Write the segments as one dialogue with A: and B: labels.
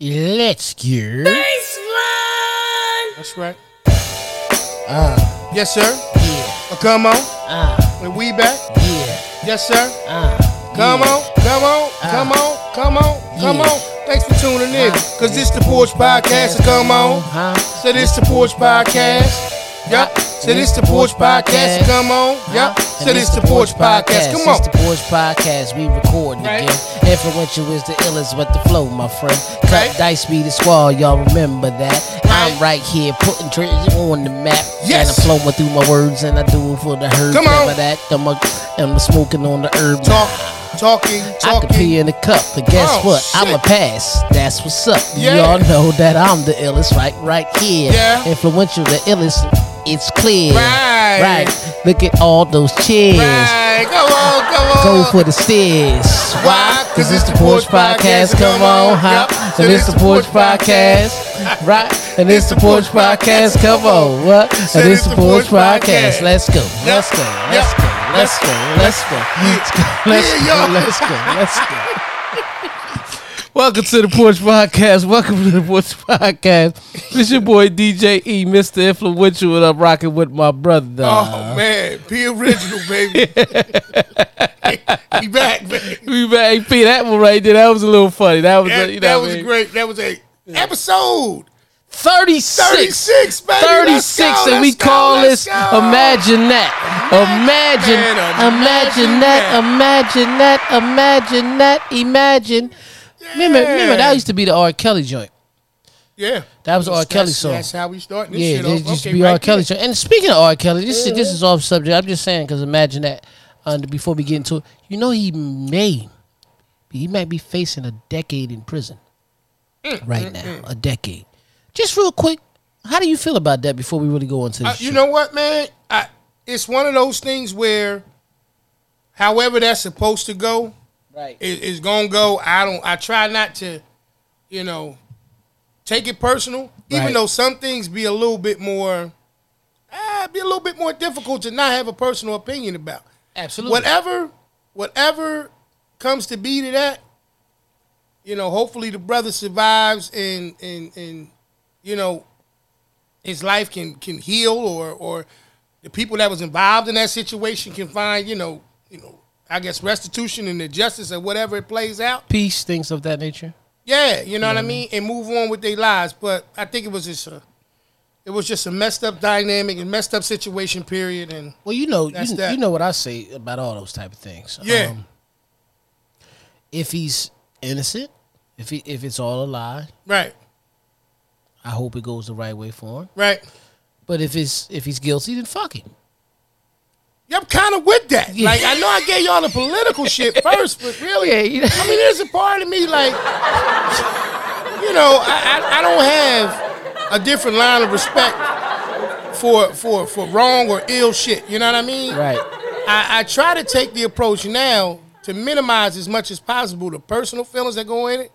A: Let's go.
B: Basement!
C: That's right.
A: Uh,
C: Yes, sir.
A: yeah,
C: Uh, come on.
A: uh,
C: And we back.
A: yeah,
C: Yes, sir.
A: uh.
C: Come
A: yeah.
C: on, come on, come on, come on, come on. Thanks for tuning in. Cause this the Porch Podcast. So come on.
A: Huh?
C: So this the Porch
A: Uh-huh.
C: Podcast. Yup. So Uh, this the Porch Podcast. So come on. Yup. So this the Porch Podcast. Come on.
A: It's the Porch Podcast. We recording
C: Right.
A: again. Influential is the illest with the flow, my friend. Cut
C: Right.
A: dice, be the squad. Y'all remember that. I'm right here putting treasure on the map.
C: Yes.
A: And I'm flowing through my words and I do it for the herd.
C: Come on.
A: Remember that. I'm, a, I'm smoking on the herb.
C: Talk, talking,
A: I could
C: talking.
A: pee in a cup, but guess
C: Oh,
A: what?
C: shit.
A: I'm a pass. That's what's up.
C: Yeah.
A: Y'all know that I'm the illest, right? Right here.
C: Yeah.
A: Influential, the illest. It's clear.
C: Right.
A: Right. Look at all those chairs.
C: Right. Come on, come on.
A: Go for the stairs.
C: Why?
A: 'Cause it's the Porch Podcast. Come on, hop.
C: Yup.
A: And it's the Porch Podcast. Right. And it's the Porch Podcast. Come on. What? And it's the Porch Podcast. Let's go. Let's go. Let's go. Let's go. Let's go. Let's go. Let's go. Let's go. Let's go.
D: Welcome to the Porch Podcast. Welcome to the Porch Podcast. This your boy DJ E, Mr. Influential, and I'm rocking with my brother.
C: Oh man, P original, baby. he back, baby.
D: We back, hey, P, that one right there, that was a little funny. That was,
C: That,
D: a, you
C: that
D: know,
C: was
D: what I
C: a
D: mean?
C: great. That was a episode
D: 36.
C: 36, baby.
D: 36,
C: Let's go,
D: and we
C: let's go,
D: call
C: let's
D: this
C: go.
D: Imagine That. Imagine,
C: man, imagine
D: imagine that, imagine that, imagine that, imagine.
A: Remember, remember
C: Yeah.
A: that used to be the R. Kelly joint.
C: Yeah,
A: That was the R.
C: That's-
A: Kelly
C: that's-
A: song.
C: That's how we starting this
A: Yeah,
C: shit.
A: this
C: off.
A: used to
C: Okay,
A: be
C: right
A: R. Kelly
C: there.
A: show. And speaking of R. Kelly, this is this is off subject. I'm just saying because imagine that. Uh, before we get into it, you know he may, he might be facing a decade in prison
C: Mm,
A: right now. A decade. Just real quick, how do you feel about that? Before we really go into
C: Uh,
A: this,
C: you
A: shit?
C: know what, man? I, it's one of those things where, however that's supposed to go,
A: right?
C: is, is gonna go. I don't. I try not to, you know, take it personal. Even
A: Right.
C: though some things be a little bit more, ah, be a little bit more difficult to not have a personal opinion about.
A: Absolutely.
C: Whatever, whatever comes to be to that, you know. Hopefully the brother survives and and and you know, his life can can heal or or the people that was involved in that situation can find you know you know. I guess restitution and the justice or whatever it plays out.
A: Peace, things of that nature.
C: Yeah, you know what I mean, and move on with their lives. But I think it was just a, it was just a messed up dynamic and messed up situation. Period. And
A: Well, you know,
C: That's
A: you,
C: that.
A: you know what I say about all those type of things. Um,
C: Yeah.
A: if he's innocent, if he if it's all a lie,
C: right,
A: I hope it goes the right way for him.
C: right.
A: But if it's if he's guilty, then fuck it.
C: Yeah, I'm kind of with that.
A: Yeah.
C: Like I know I gave y'all the political shit first, but really, I mean, there's a part of me like, you know, I, I, I don't have a different line of respect for for for wrong or ill shit. You know what I mean?
A: right.
C: I, I try to take the approach now to minimize as much as possible the personal feelings that go in it.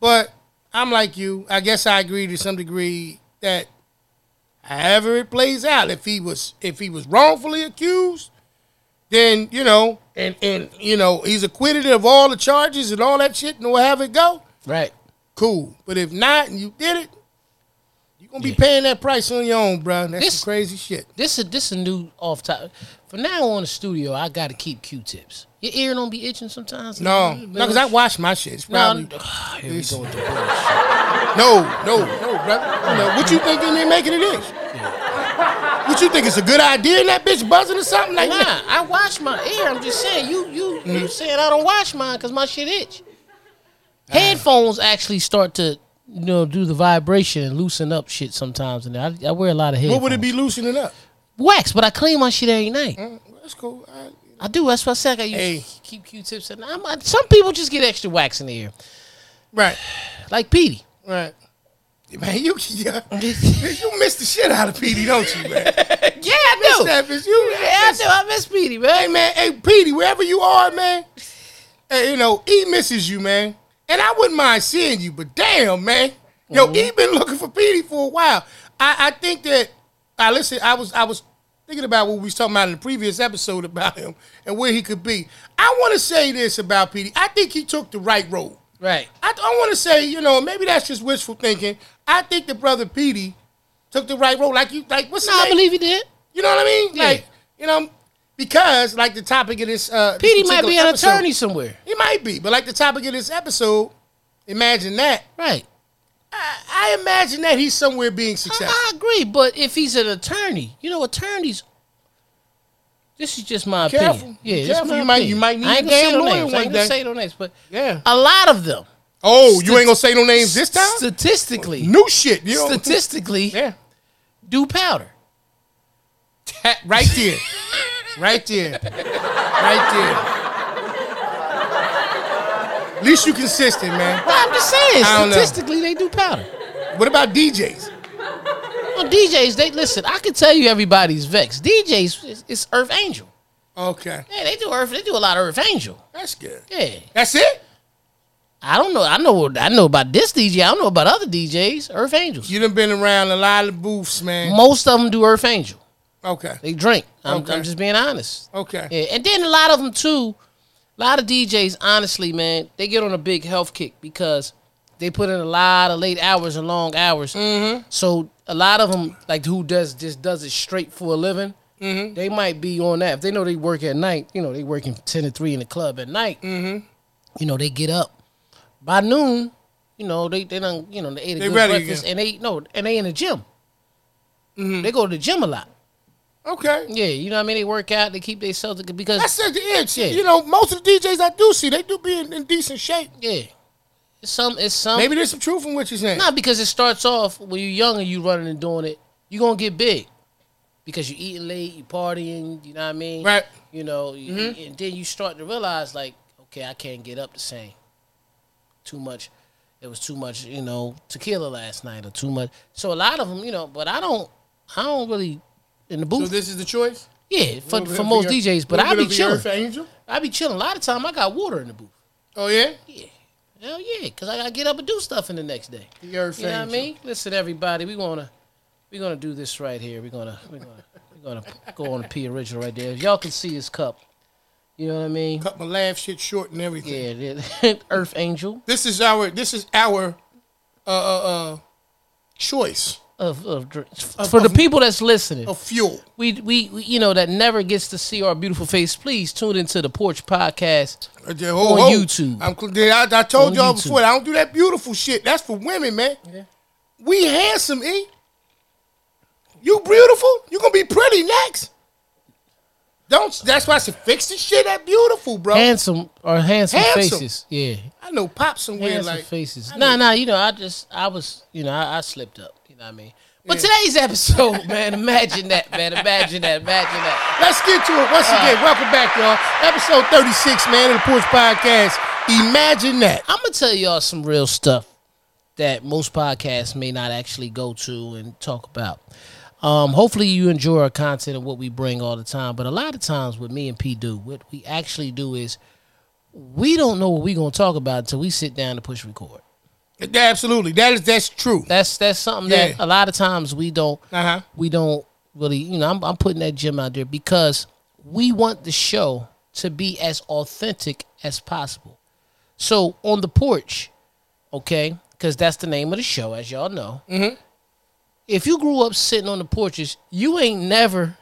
C: But I'm like you. I guess I agree to some degree that however it plays out, if he was if he was wrongfully accused, then you know, and and you know, he's acquitted of all the charges and all that shit, and we'll have it go.
A: Right.
C: Cool. But if not, and you did it, you're gonna be paying that price on your own, bruh. That's
A: This-
C: some crazy shit.
A: This is this a new off topic. From now on, the studio, I got to keep Q-tips. Your ear don't be itching sometimes.
C: No, no, because I wash my shit. It's probably,
A: No, here we
C: It's-
A: go with the bullshit.
C: No, no, no, brother. No, what you think they making it is? What you think it's a good idea in that bitch buzzing or something like that?
A: Nah, I wash my ear. I'm just saying, you you
C: Mm-hmm.
A: you saying I don't wash mine because my shit itch.
C: Ah.
A: Headphones actually start to you know do the vibration and loosen up shit sometimes, and I, I wear a lot of headphones.
C: What would it be loosening up?
A: Wax, but I clean my shit every night.
C: Mm, That's cool. I,
A: I do. That's what I said. I gotta use,
C: Hey.
A: keep Q-tips. And I'm, I, some people just get extra wax in the ear,
C: right,
A: like Petey.
C: right. Man, you yeah, you miss the shit out of Petey, don't you,
A: Yeah,
C: man?
A: I
C: Miss
A: do.
C: that bitch. You,
A: Yeah, I do. I miss Petey,
C: Hey
A: man.
C: man, hey Petey, wherever you are, man, hey, you know, E misses you, man. And I wouldn't mind seeing you, but damn, man. Yo, E been looking for Petey for a while. I, I think that I listen, I was I was thinking about what we was talking about in the previous episode about him and where he could be. I wanna say this about Petey. I think he took the right road.
A: Right.
C: I, I want to say, you know, maybe that's just wishful thinking. I think the brother Petey took the right road. Like you, like what's
A: No,
C: his
A: I
C: name?
A: believe he did.
C: You know what I mean?
A: Yeah.
C: Like you know, because like the topic of this, uh, this
A: Petey might
C: particular
A: be an
C: episode-
A: attorney somewhere.
C: He might be, but like the topic of this episode, imagine that.
A: Right.
C: I, I imagine that he's somewhere being
A: I,
C: successful.
A: I agree, but if he's an attorney, you know, attorneys. This is just my
C: Careful.
A: opinion. Yeah,
C: Be
A: this is
C: careful.
A: my
C: You might-
A: opinion.
C: you might need
A: I ain't
C: to
A: gonna
C: say
A: say no
C: lawyer
A: names. I
C: one
A: ain't gonna
C: day.
A: say no names, but
C: Yeah.
A: a lot of them.
C: Oh, you ain't gonna say no names this time?
A: Statistically,
C: New shit. You know?
A: statistically,
C: Yeah.
A: do powder.
C: That right there. right there. Right there. At least you consistent, man.
A: No, I'm just saying,
C: I don't know.
A: statistically, they do powder.
C: What about DJs?
A: Well, DJs, they listen. I can tell you, everybody's vexed. DJs, it's, it's Earth Angel.
C: Okay.
A: Yeah, they do Earth. They do a lot of Earth Angel.
C: That's good.
A: Yeah,
C: That's it?
A: I don't know. I know. I know about this DJ. I don't know about other DJs. Earth Angels.
C: You done been around a lot of booths, man.
A: Most of them do Earth Angel.
C: Okay.
A: They drink. I'm,
C: Okay.
A: I'm just being honest.
C: Okay.
A: Yeah, and then a lot of them too. A lot of DJs, honestly, man, they get on a big health kick because they put in a lot of late hours and long hours. Mm-hmm. So a lot of them, like who does just does it straight for a living, they might be on that. If they know they work at night, you know they working ten to three in the club at night. Mm-hmm. You know they get up by noon. You know they they done you know they ate a
C: They
A: good
C: ready
A: breakfast and they no and they in the gym. They go to the gym a lot.
C: Okay.
A: Yeah, you know what I mean. They work out. They keep themselves because
C: That's at the itch.
A: Yeah.
C: You know, most of the DJs I do see, they do be in, in decent shape.
A: Yeah. It's some it's some
C: Maybe there's some truth in what you're saying.
A: not because it starts off when you're young and you running and doing it, you're gonna get big. Because you're eating late, you partying, you know what I mean?
C: Right. Mm-hmm.
A: You know, you- and then you start to realize like, okay, I can't get up the same. Too much it was too much, you know, tequila last night or too much. So a lot of them, you know, but I don't I don't really in the
C: So
A: booth.
C: this is the choice?
A: yeah, for,
C: Little bit
A: for
C: of
A: most
C: the-
A: DJs, but
C: little
A: I
C: bit
A: be
C: of the
A: chilling.
C: Earth Angel?
A: I be chilling. A lot of time I got water in the booth.
C: Oh, yeah?
A: Yeah. Hell yeah, cause I gotta get up and do stuff in the next day.
C: The Earth
A: You know what I
C: Angel.
A: mean? Listen, everybody, we wanna we gonna do this right here. We're gonna we're gonna we're gonna go on a P original right there. If y'all can see his cup, you know what I mean?
C: Cut my laugh shit short and everything.
A: Yeah, the- Earth Angel
C: This is our this is our uh, uh, uh, choice
A: of of dr- for the people that's listening.
C: of fuel.
A: We, we we you know that never gets to see our beautiful face. Please tune into the Porch Podcast.
C: Uh, the- oh, oh.
A: YouTube.
C: I'm, cl- I, I told
A: On
C: y'all
A: YouTube.
C: before, I don't do that beautiful shit. That's for women, man. We handsome, E. You beautiful? You gonna be pretty next? Don't. That's why I said fix this shit. That beautiful, bro.
A: Handsome or handsome,
C: Oh. Handsome.
A: faces. Yeah,
C: I know pop somewhere
A: handsome
C: like
A: faces.
C: I
A: Nah,
C: mean-
A: nah, you know, I just, I was, you know, I, I slipped up. You know what I mean? But today's episode, man, imagine that, man, imagine that, imagine that.
C: Let's get to it once
A: Ah.
C: again. Welcome back, y'all. Episode 36, man, of the Porch Podcast. Imagine that.
A: I'm gonna tell y'all some real stuff that most podcasts may not actually go to and talk about. Um, hopefully, you enjoy our content and what we bring all the time. But a lot of times, what me and P do, what we actually do is, we don't know what we're gonna talk about until we sit down to push record.
C: Absolutely. That is that's true.
A: That's that's something that
C: Yeah.
A: a lot of times we don't
C: Uh-huh.
A: we don't really you know I'm, I'm putting that gym out there because we want the show to be as authentic as possible. So on the porch, okay, because that's the name of the show, as y'all know. Mm-hmm. If you grew up sitting on the porches, you ain't never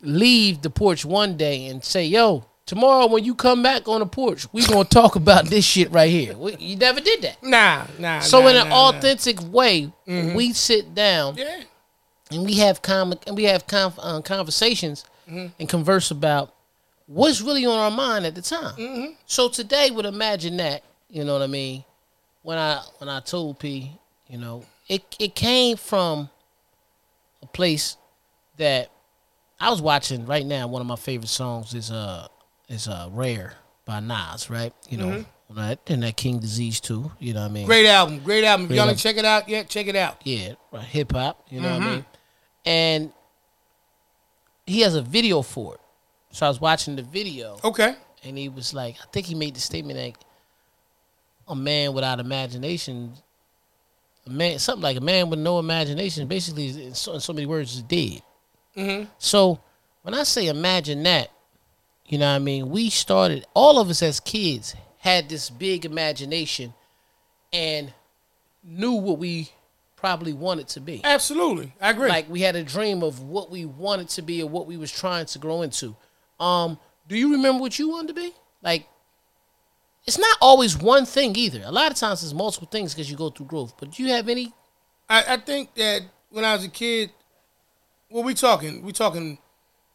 A: leave the porch one day and say, "Yo, tomorrow when you come back on the porch, we gonna talk about this shit right here." We, you never did that.
C: Nah, nah.
A: So
C: nah,
A: in an
C: nah, nah.
A: authentic way, we sit down
C: Yeah.
A: and we have com- and we have conf- uh, conversations and converse about what's really on our mind at the time. So today would imagine that, you know what I mean? When I when I told P, you know, it it came from a place that I was watching right now. One of my favorite songs is uh is uh Rare by Nas, right? You know, and that and that King Disease too. You know what I mean?
C: Great album. Great album. If y'all
A: album.
C: didn't check it out yet, check it out.
A: yeah, right, hip hop. You know what I mean? And he has a video for it. So I was watching the video,
C: Okay.
A: and he was like, I think he made the statement like, a man without imagination, a man, something like a man with no imagination, basically, is- in so, in so many words, is dead.
C: Mm-hmm.
A: So when I say imagine that, you know what I mean? We started, all of us as kids had this big imagination and knew what we probably wanted to be.
C: Absolutely, I agree.
A: Like we had a dream of what we wanted to be or what we was trying to grow into. Um, do you remember what you wanted to be? Like, it's not always one thing either. A lot of times it's multiple things because you go through growth. But do you have any?
C: I, I think that when I was a kid, what we talking? We talking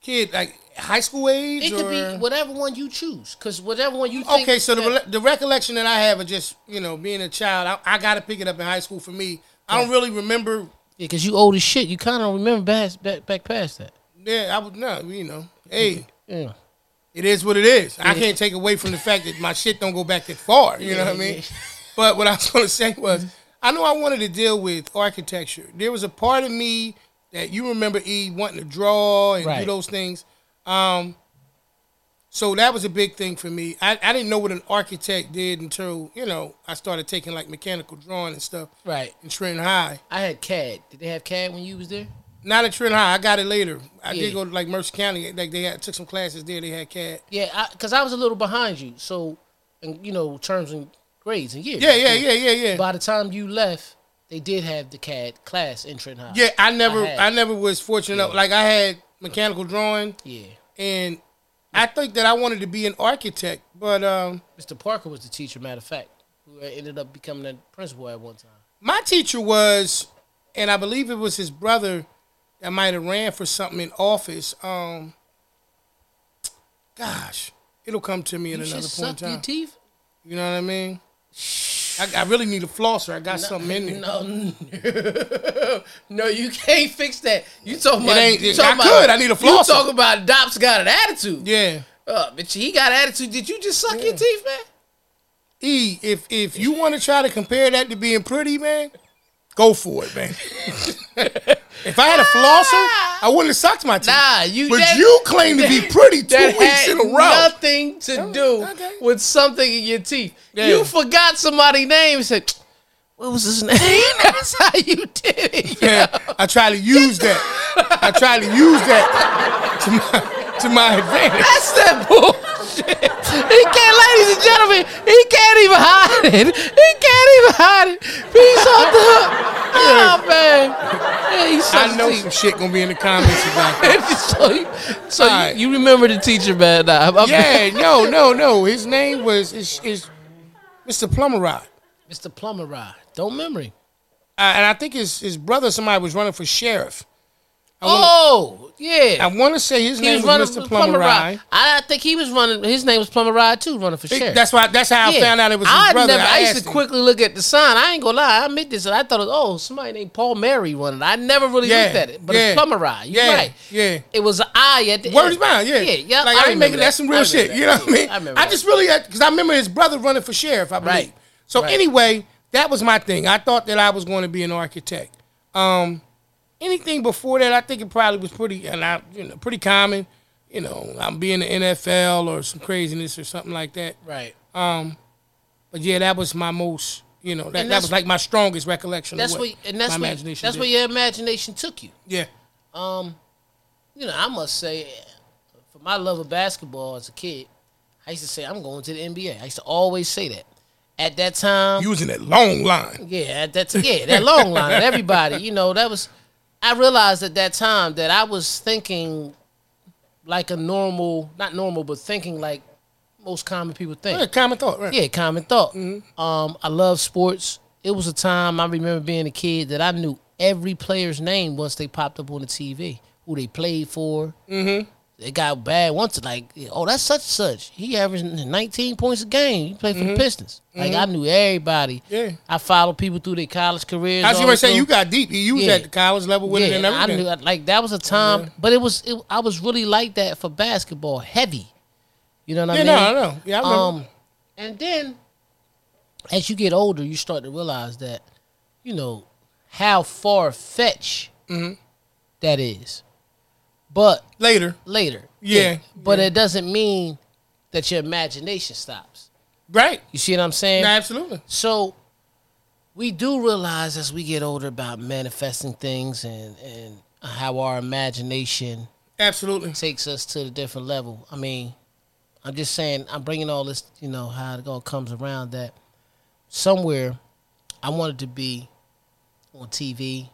C: kid like high school age?
A: It could
C: or-
A: be whatever one you choose because whatever one you. Think
C: Okay, so the,
A: that-
C: rele- the recollection that I have of just you know being a child, I, I got to pick it up in high school for me. I don't really remember.
A: Yeah, because you old as shit. You kind of remember back, back back past that.
C: Yeah, I was not. You know, hey,
A: Yeah.
C: it is what it is. I can't take away from the fact that my shit don't go back that far. You know what I mean? But what I was going to say was, I know I wanted to deal with architecture. There was a part of me that you remember E wanting to draw and do
A: Right.
C: those things. Um, so that was a big thing for me. I, I didn't know what an architect did until you know I started taking like mechanical drawing and stuff
A: Right.
C: in Trent High.
A: I had CAD. Did they have CAD when you was there?
C: Not at Trent High. I got it later. I
A: Yeah.
C: did go to like Mercer County. Like they had, took some classes there. They had CAD.
A: Yeah, because I, was a little behind you. So, and you know, terms and grades and years.
C: Yeah, yeah, yeah, yeah, yeah.
A: By the time you left, they did have the CAD class in Trent High.
C: Yeah, I never,
A: I
C: I,
A: had-
C: never was fortunate. enough. Like I had mechanical drawing,
A: Yeah.
C: and I think that I wanted to be an architect, but um,
A: Mr. Parker was the teacher, matter of fact, who ended up becoming a principal at one time.
C: my teacher was, and I believe it was his brother that might have ran for something in office. Um, gosh, it'll come to me at
A: You should
C: another point in
A: suck your
C: time.
A: teeth.
C: You know what I mean? I, I really need a flosser. I got something in there.
A: No, no, you can't fix that. You talking
C: It
A: about?
C: ain't-
A: you
C: it-
A: talking
C: I
A: about-
C: could. I need a
A: You
C: flosser.
A: talking about Dops got an attitude?
C: Yeah.
A: Uh, bitch, he got attitude. Did you just suck your teeth, man?
C: E, if if you want to try to compare that to being pretty, man, go for it, man. if I had a flosser, I wouldn't have sucked my teeth.
A: Nah, Ah, you.
C: but
A: that-
C: you claim to be pretty two
A: that
C: weeks
A: had
C: in a row. Oh,
A: nothing to do
C: okay.
A: with something in your teeth.
C: Yeah.
A: You forgot somebody's name. and Said, "What was his name?" That's how you did it.
C: Man, I try to use that. I try to use that to my, to my advantage.
A: That's that bullshit. He can't, ladies and gentlemen, he can't even hide it. He can't even hide it. Peace off the hook. Oh man, yeah, he sucks
C: I know
A: teeth.
C: some shit gonna be in the comments about that.
A: so you, so you-
C: Alright.
A: you, remember the teacher, man? Nah, I'm- I'm-
C: Yeah, no, no, no. His name was is is Mr. Plummerod.
A: Mr. Plummer Rod. Don't memory.
C: Uh, and I think his his brother, somebody was running for sheriff. I wanna-
A: Oh yeah,
C: I want to say his
A: he
C: name
A: was
C: was
A: running
C: Mr.
A: for
C: Plummer
A: Plummer
C: Rye.
A: Rod. I, I think he was running. His name was Plummer Rod too, running for sheriff.
C: That's why. That's how I
A: Yeah.
C: found out it was his
A: I
C: brother.
A: Never, I, used
C: asked
A: to
C: him.
A: quickly look at the sign. I ain't gonna lie, I admit this, and I thought, it was, oh, somebody named Paul Mary running. I never really
C: Yeah,
A: looked at it, but
C: yeah,
A: it's Plumber Rye. You're
C: yeah,
A: right.
C: yeah.
A: It was an I at the
C: Word
A: end.
C: is mine. Yeah,
A: yeah, yeah.
C: Like I, ain't making
A: remember
C: that's some
A: I
C: real
A: remember
C: shit.
A: that.
C: You know what I
A: Yeah,
C: mean?
A: I remember. that.
C: just really because I remember his brother running for sheriff. I believe.
A: Right.
C: So
A: Right.
C: anyway, that was my thing. I thought that I was going to be an architect. Um, anything before that, I think it probably was pretty and I you know pretty common. You know, I'm being the NFL or some craziness or something like that.
A: right.
C: Um, But yeah, that was my most. You know, that, that
A: that's-
C: was like my strongest recollection.
A: That's
C: of
A: what,
C: what,
A: and that's
C: my
A: what,
C: imagination.
A: that's
C: did.
A: where your imagination took you.
C: yeah.
A: You know, I must say, for my love of basketball as a kid, I used to say I'm going to the NBA. I used to always say that. At that time,
C: using that long line.
A: Yeah, that's yeah, that long line. and Everybody, you know, that was. I realized at that time that I was thinking like a normal, not normal, but thinking like most common people think.
C: Yeah, common thought, right?
A: Yeah, common thought.
C: Mm-hmm.
A: Um, I love sports. It was a time I remember being a kid that I knew every player's name once they popped up on the TV, who they played for. Mm-hmm. It got bad once, like, oh, that's such and such. He averaged 19 points a game. He played for the Pistons. Like, I knew everybody.
C: Mm-hmm. Yeah.
A: I followed people through their college careers.
C: I was
A: all
C: gonna
A: this
C: say
A: stuff.
C: you got deep. You was
A: Yeah.
C: at the college level with it and
A: I
C: everything.
A: knew like that was a time, but it was it, I was really like that for basketball, heavy. You know what
C: yeah,
A: I mean?
C: no, I know. Yeah, I remember.
A: Um, and then as you get older, you start to realize that, you know, how far fetched
C: Mm-hmm.
A: that is. But
C: Later,
A: later,
C: Yeah,
A: But it doesn't mean that your imagination stops.
C: right?
A: You see what I'm saying?
C: No, absolutely.
A: So we do realize as we get older about manifesting things and and how our imagination
C: Absolutely.
A: takes us to a different level. I mean, I'm just saying, I'm bringing all this, you know, how it all comes around that somewhere I wanted to be on TV.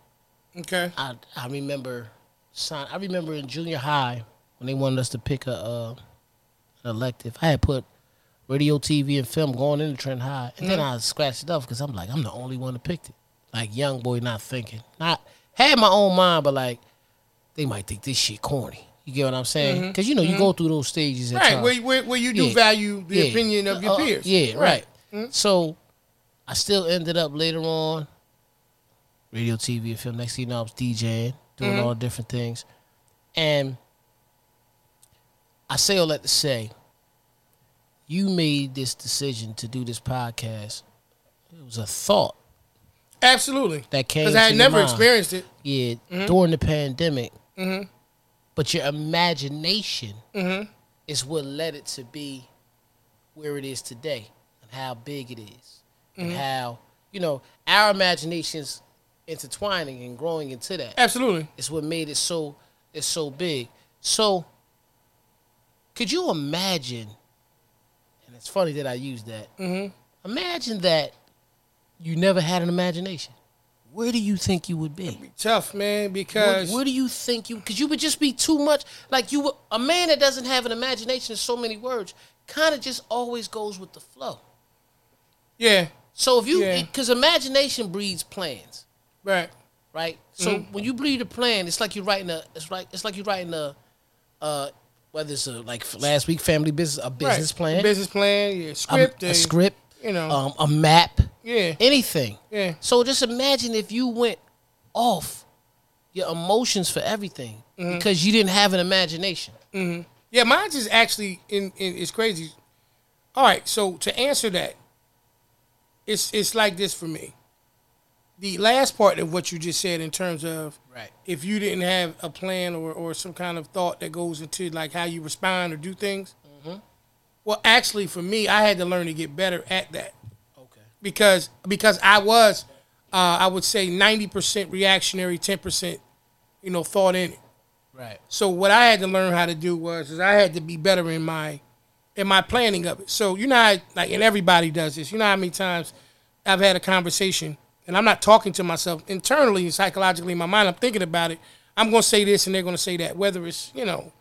C: Okay.
A: I I remember, sign. I remember in junior high when they wanted us to pick a uh, an elective. I had put radio, TV, and film going into Trent High, and then
C: Mm-hmm.
A: I scratched it off because I'm like, I'm the only one that picked it. Like young boy, not thinking, not had my own mind, but like they might think this shit corny. You get what I'm saying? Because you know you go through those stages. At
C: Mm-hmm. Right,
A: times.
C: where, where, where you do
A: Yeah.
C: value the
A: Yeah.
C: opinion of your
A: Uh,
C: peers. Hmm?
A: Yeah, right. So I still ended up later on radio, TV, and film. Next thing you know, I was DJing, doing
C: Hmm?
A: all different things. And I say all that to say, you made this decision to do this podcast. It was a thought
C: Absolutely.
A: that came.
C: Because I
A: to
C: had
A: your
C: never
A: mind.
C: experienced Hmm? it. Mm-hmm.
A: Yeah, during the pandemic. But your imagination is what led it to be where it is today and how big it is and how, you know, our imaginations intertwining and growing into that.
C: Absolutely.
A: It's what made it so it's so big. So could you imagine and it's funny that I use that.
C: Mm-hmm.
A: Imagine that you never had an imagination. Where do you think you would be?
C: Tough, man,
A: What,
C: because
A: what do you think you? Because you would just be too much. Like you, would- a man that doesn't have an imagination, so many words, kind of just always goes with the flow.
C: yeah,
A: So if you,
C: Yeah.
A: because imagination breeds plans,
C: right.
A: right? So
C: Mm-hmm.
A: when you breed a plan, it's like you're writing a. It's like it's like you're writing a, uh, whether it's a like last week family business a business
C: right.
A: plan, um,
C: Business plan, yeah,
A: a-
C: script,
A: a,
C: uh,
A: script,
C: you know.
A: um, a map,
C: Yeah,
A: anything.
C: yeah,
A: So just imagine if you went off your emotions for everything
C: Mm-hmm.
A: because you didn't have an imagination.
C: Mm. yeah. Mine's is actually in, in. It's crazy. All right, so to answer that, it's it's like this for me. The last part of what you just said in terms of
A: Right.
C: if you didn't have a plan or, or some kind of thought that goes into like how you respond or do things. Well, actually, for me, I had to learn to get better at that.
A: Okay.
C: because because I was uh, I would say ninety percent reactionary, ten percent you know thought in it.
A: Right.
C: So what I had to learn how to do was is I had to be better in my in my planning of it. So you know how, like and everybody does this. You know how many times I've had a conversation and I'm not talking to myself internally and psychologically in my mind. I'm thinking about it. I'm gonna say this and they're gonna say that. Whether it's you know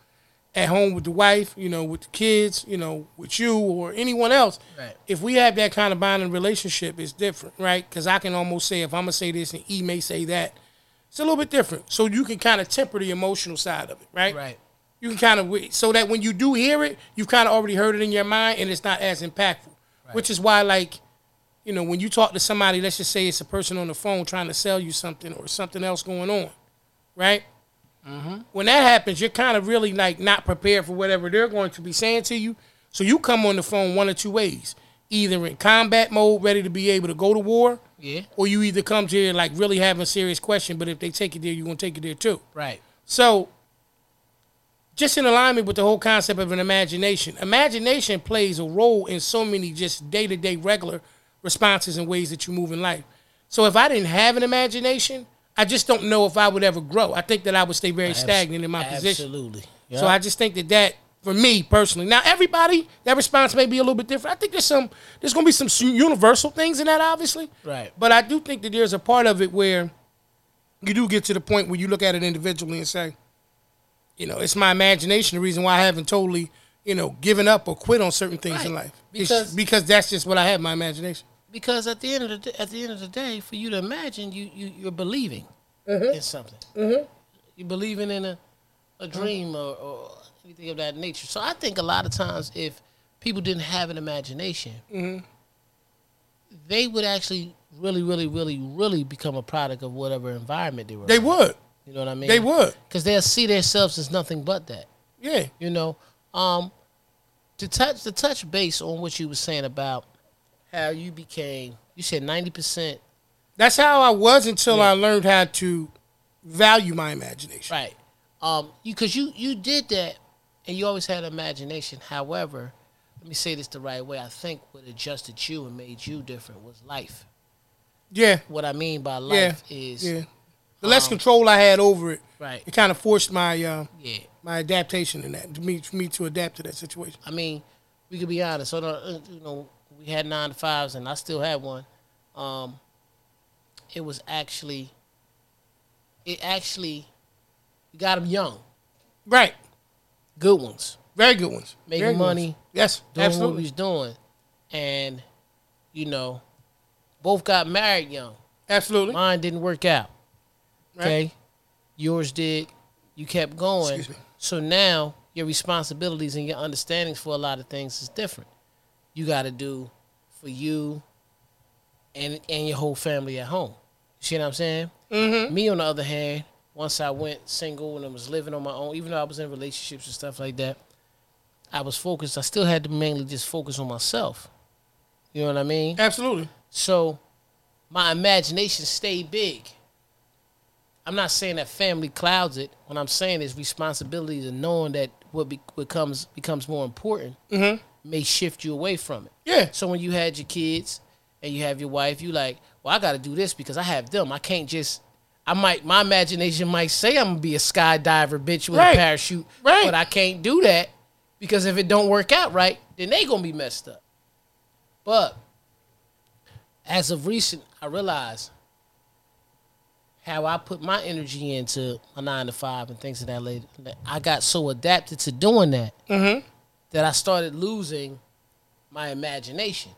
C: at home with the wife, you know with the kids, you know with you or anyone else.
A: Right.
C: If we have that kind of bonding relationship, it's different, right? Because I can almost say if I'm gonna say this and E may say that. It's a little bit different, so you can kind of temper the emotional side of it, right?
A: Right.
C: you can kind of wait so that when you do hear it, you've kind of already heard it in your mind, and it's not as impactful. Which is why, like, you know, when you talk to somebody, let's just say it's a person on the phone trying to sell you something or something else going on, right? When that happens, you're kind of really like not prepared for whatever they're going to be saying to you. So you come on the phone one of two ways: either in combat mode, ready to be able to go to war,
A: Yeah.
C: or you either come to here like really having a serious question. But if they take it there, you're gonna take it there too.
A: Right.
C: So, just in alignment with the whole concept of an imagination, imagination plays a role in so many just day to day regular responses and ways that you move in life. So, if I didn't have an imagination, I just don't know if I would ever grow. I think that I would stay very stagnant in my position.
A: Absolutely.
C: So, I just think that that. For me personally, now everybody that response may be a little bit different. I think there's some there's gonna be some universal things in that, obviously.
A: Right.
C: But I do think that there's a part of it where you do get to the point where you look at it individually and say, you know, it's my imagination the reason why I haven't totally, you know, given up or quit on certain things in
A: Right.
C: life. It's
A: Because-
C: because that's just what I have my imagination.
A: because at the end of the day, at the end of the day, for you to imagine, you you you're believing
C: Mm-hmm.
A: in something. You're believing in a a
C: Mm-hmm.
A: dream or, or anything of that nature. So I think a lot of times, if people didn't have an imagination,
C: Mm-hmm.
A: they would actually really, really, really, really become a product of whatever environment they were.
C: They
A: in.
C: would.
A: You know what I mean?
C: They would.
A: because they'll see themselves as nothing but that.
C: Yeah.
A: You know, um, to touch to touch base on what you were saying about how you became. You said ninety percent,
C: That's how I was until I learned how to value my imagination.
A: right? Um, you because you you did that, and you always had imagination. However, let me say this the right way. I think what adjusted you and made you different was life.
C: Yeah.
A: What I mean by
C: Yeah.
A: life is
C: Yeah. The less
A: Um,
C: control I had over it,
A: right.
C: it kind of forced my uh,
A: Yeah,
C: my adaptation in that, to me, for me to adapt to that situation.
A: I mean, we could be honest. So the, uh, you know, we had nine to fives, and I still had one. Um, it was actually, it actually, you got them young,
C: Right.
A: good ones,
C: Very good ones.
A: Making
C: Very good
A: money,
C: ones. Yes,
A: doing what we
C: absolutely.
A: was doing, and you know, both got married young.
C: Absolutely.
A: Mine didn't work out.
C: Right.
A: Okay. Yours did. You kept going.
C: Excuse me.
A: So now your responsibilities and your understandings for a lot of things is different. You got to do for you and and your whole family at home. You see what I'm saying? Mm-hmm. Me on the other hand, once I went single and I was living on my own, even though I was in relationships and stuff like that, I was focused. I still had to mainly just focus on myself. You know what I mean?
C: Absolutely.
A: So my imagination stayed big. I'm not saying that family clouds it. What I'm saying is responsibilities and knowing that what be- becomes becomes more important may shift you away from it.
C: Mm-hmm. Yeah.
A: So when you had your kids and you have your wife, you like, well, I got to do this because I have them. I can't just. I might my imagination might say I'm gonna be a skydiver bitch with
C: Right.
A: a parachute,
C: Right.
A: but I can't do that because if it don't work out right, then they gonna be messed up. But as of recent, I realized how I put my energy into my nine to five and things of that later. I got so adapted to doing that
C: Mm-hmm.
A: that I started losing my imagination.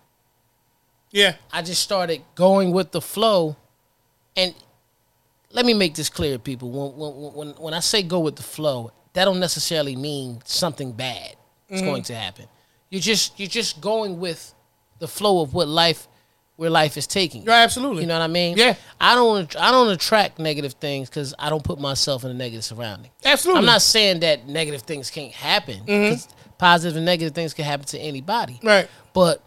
C: Yeah.
A: I just started going with the flow, and let me make this clear, people. When when when, when I say go with the flow, that don't necessarily mean something bad is going to happen. You're just you're just going with the flow of what life where life is taking. you.
C: Yeah, absolutely.
A: You know what I mean?
C: Yeah.
A: I don't I don't attract negative things because I don't put myself in a negative surrounding.
C: Absolutely. Mm-hmm.
A: I'm not saying that negative things can't happen. 'cause Positive and negative things can happen to anybody.
C: Right.
A: But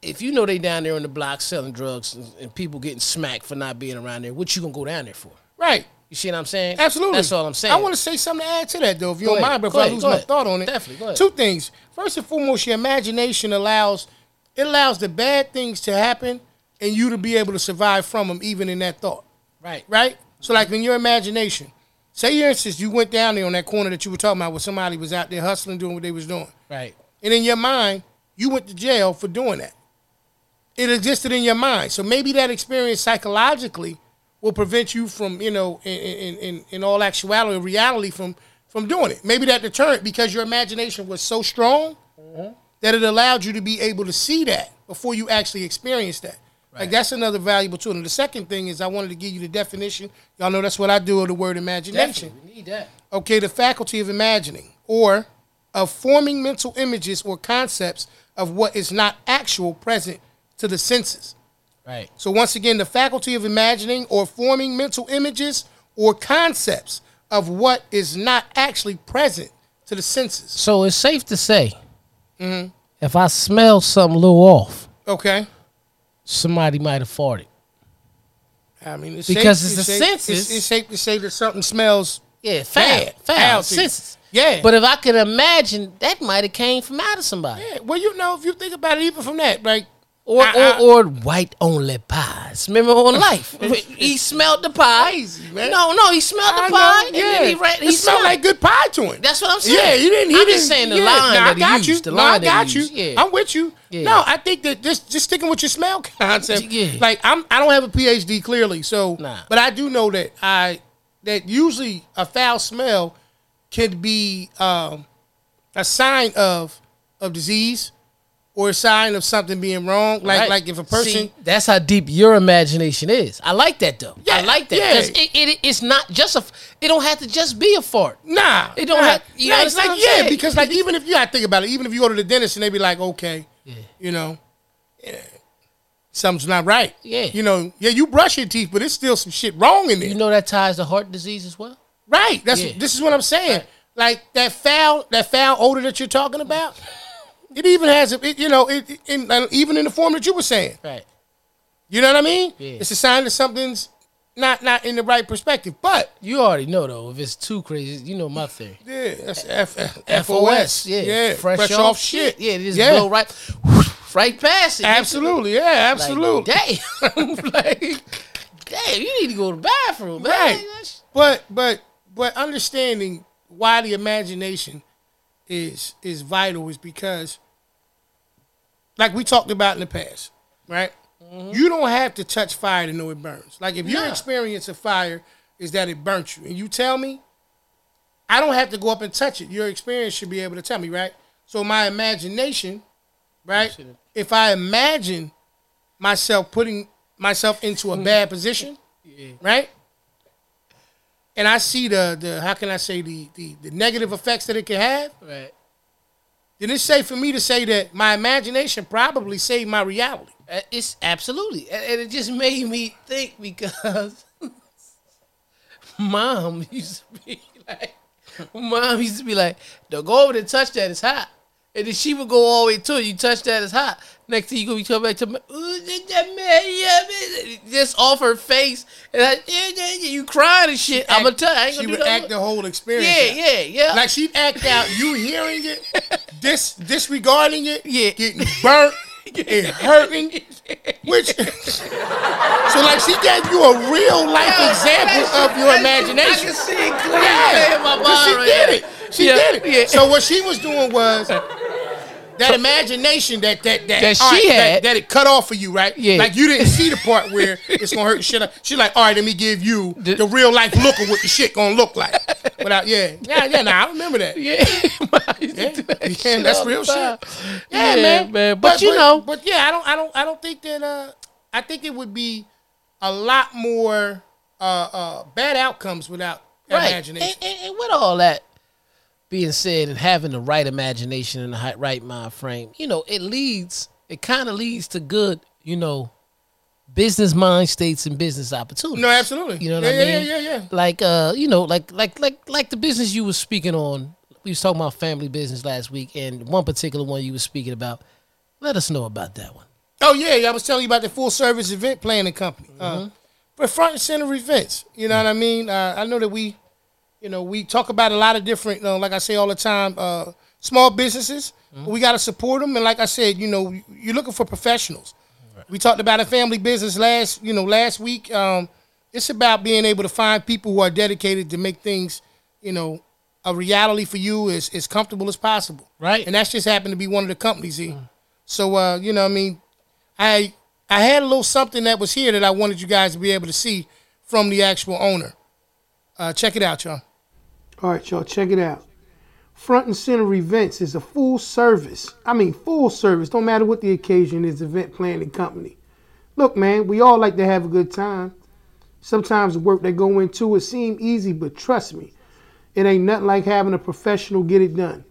A: if you know they down there on the block selling drugs and, and people getting smacked for not being around there, what you gonna go down there for?
C: Right.
A: You see what I'm saying?
C: Absolutely.
A: That's all I'm saying.
C: I want to say something to add to that, though, if you
A: Go
C: don't
A: ahead.
C: mind, but if
A: Go
C: I
A: ahead.
C: lose
A: Go
C: my
A: ahead.
C: thought on it.
A: Definitely. Go ahead.
C: Two things. First and foremost, your imagination allows it allows the bad things to happen and you to be able to survive from them, even in that thought.
A: right.
C: Right? So, like in your imagination, say, for instance, you went down there on that corner that you were talking about where somebody was out there hustling, doing what they was doing.
A: Right.
C: And in your mind, you went to jail for doing that. It existed in your mind. So maybe that experience psychologically will prevent you from, you know, in, in, in, in all actuality, reality, from, from doing it. Maybe that deterrent because your imagination was so strong that it allowed you to be able to see that before you actually experience that. Like that's another valuable tool. And the second thing is I wanted to give you the definition. Y'all know that's what I do of the word imagination
A: Definitely. We need that.
C: okay, the faculty of imagining or of forming mental images or concepts of what is not actual present to the senses.
A: Right.
C: So, once again, the faculty of imagining or forming mental images or concepts of what is not actually present to the senses.
A: So it's safe to say,
C: Mm-hmm.
A: if I smell something a little off,
C: Okay.
A: somebody might have farted.
C: I mean, it's
A: Because
C: safe-
A: it's the
C: safe-
A: senses.
C: It's, it's safe to say that something smells.
A: Yeah, foul,
C: Bad.
A: foul,
C: Foul to you.
A: senses.
C: Yeah.
A: But if I could imagine, that might have came from out of somebody.
C: Yeah, well, you know, if you think about it, even from that, like,
A: Or,
C: I- I-
A: or or white only pies. Remember on life, he smelled the pie.
C: Crazy, man.
A: No, no, he smelled
C: I
A: the
C: know,
A: pie.
C: yeah,
A: and then he ran. He
C: it smelled like good pie to him.
A: That's what I'm saying.
C: Yeah, he didn't. He
A: I'm
C: didn't,
A: just saying the
C: yeah,
A: line
C: nah,
A: that he
C: I
A: used.
C: got You.
A: The
C: Nah,
A: line
C: I
A: that
C: got
A: he
C: you.
A: used, yeah.
C: I'm with you.
A: Yeah.
C: No, I think that just just sticking with your smell concept.
A: Yeah.
C: Like I'm, I don't have a PhD clearly, so
A: Nah.
C: but I do know that I that usually a foul smell can be um, a sign of of disease or a sign of something being wrong. Like
A: Right.
C: like if a person.
A: See, that's how deep your imagination is. I like that though.
C: Yeah,
A: I like that
C: yeah.
A: 'Cause it, it, it's not just a. f- It don't have to just be a fart.
C: Nah,
A: It don't
C: nah.
A: have- you
C: Nah, it's
A: understand
C: like
A: what I'm
C: yeah,
A: saying?
C: because like even if you gotta think about it, even if you go to the dentist and they be like, okay, you know, eh, something's not right.
A: Yeah.
C: you know, yeah, you brush your teeth, but it's still some shit wrong in there.
A: You know that ties to heart disease as well.
C: right? That's
A: Yeah.
C: this is what I'm saying. Like that foul, that foul odor that you're talking about. It even has, a, it, you know, it, it- in, uh, even in the form that you were saying.
A: Right.
C: You know what I mean?
A: Yeah.
C: It's a sign that something's not not in the right perspective. But
A: You already know though. If it's too crazy, you know my theory.
C: yeah, that's F-
A: FOS, yeah,
C: fresh, off, shit.
A: Yeah, it is
C: Yeah.
A: blow right, right past it.
C: Absolutely, yeah, absolutely.
A: Like, damn, like, damn, you need to go to the bathroom, man.
C: Right.
A: That's-
C: But but but understanding why the imagination is is vital is because, like we talked about in the past, right? You don't have to touch fire to know it burns. Like if your experience of fire is that it burnt you, and you tell me, I don't have to go up and touch it. Your experience should be able to tell me, right? So my imagination, right? If I imagine myself putting myself into a bad position, right? And I see the the how can I say the the, the negative effects that it can have.
D: Right.
C: Then it's safe for me to say that my imagination probably saved my reality.
A: Uh, It's absolutely, and, and it just made me think because mom used to be like, mom used to be like, "Don't go over there, touch that, it's hot." And then she would go all the way to it. You touch that, it's hot. Next thing you go, you come back to me. "Ooh, did that man, yeah, man," Just off her face, and I, yeah, yeah, yeah, you crying and shit. I'm gonna tell. You, I ain't
C: She
A: gonna
C: would
A: do
C: act
A: no
C: the whole experience.
A: Yeah,
C: out.
A: yeah, yeah.
C: Like she'd act out you hearing it, dis disregarding it,
A: Yeah.
C: getting burnt, it hurting. Which so like she gave you a real life example of your
A: I
C: imagination.
A: can see it clear
C: Yeah,
A: in my mind.
C: 'cause she
A: right
C: did
A: now.
C: it. She
A: Yeah,
C: did it.
A: yeah.
C: So what she was doing was that imagination that that that,
D: That
C: all
D: she
C: that-
D: had.
C: that, it cut off for you, right?
D: Yeah.
C: Like you didn't see the part where it's gonna hurt the shit. Up. She like, all right, let me give you the,
D: The-
C: real life look of what the shit gonna look like. Without yeah, yeah, yeah. Nah, I remember that. Yeah,
D: Yeah, I used to do that shit
C: that's
D: all the
C: real
D: time.
C: shit.
D: Yeah, man. But, you know,
C: but yeah, I don't, I don't, I don't think that. Uh, I think it would be a lot more uh, uh, bad outcomes without imagination.
A: And, and, and with all that being said, and having the right imagination and the hi- right mind frame, you know, it leads, it kind of leads to good, you know, business mind states and business opportunities.
C: No, absolutely.
A: You know what
C: yeah,
A: I mean?
C: Yeah, yeah, yeah, yeah.
A: Like, uh, you know, like, like, like, like the business you was speaking on. We was talking about family business last week, and one particular one you was speaking about. Let us know about that one.
C: Oh yeah, yeah, I was telling you about the full service event planning company. Uh, but front and center events, you know what I mean? Uh, I know that we, you know, we talk about a lot of different, uh, like I say all the time, uh, small businesses. We got to support them, and like I said, you know, you're looking for professionals. We talked about a family business last, you know, last week. Um, it's about being able to find people who are dedicated to make things, you know, a reality for you as, as comfortable as possible.
A: Right.
C: And that's just happened to be one of the companies here. So uh, you know, what I mean, I I had a little something that was here that I wanted you guys to be able to see from the actual owner. Uh, check it out, y'all. All right, y'all, check it out. Front and Center Events is a full service. I mean, full service. Don't matter what the occasion is. Event planning company. Look, man, we all like to have a good time. Sometimes the work that go into it seem easy, but trust me, it ain't nothing like having a professional get it done.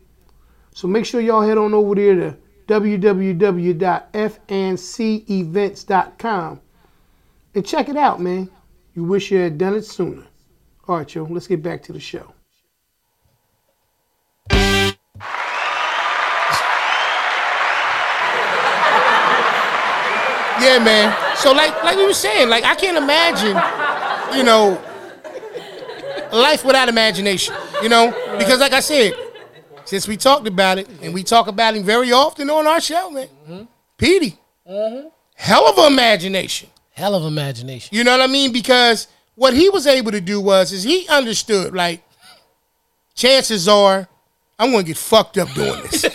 C: So make sure y'all head on over there to www.fncevents.com and check it out, man. You wish you had done it sooner. All right, yo, let's get back to the show. Yeah, man. So like like we were saying, like I can't imagine, you know, life without imagination, you know? Because like I said, since we talked about it, and we talk about him very often on our show, man. Petey, hell of an imagination.
A: Hell of imagination.
C: You know what I mean? Because what he was able to do was is he understood like chances are I'm gonna get fucked up doing this.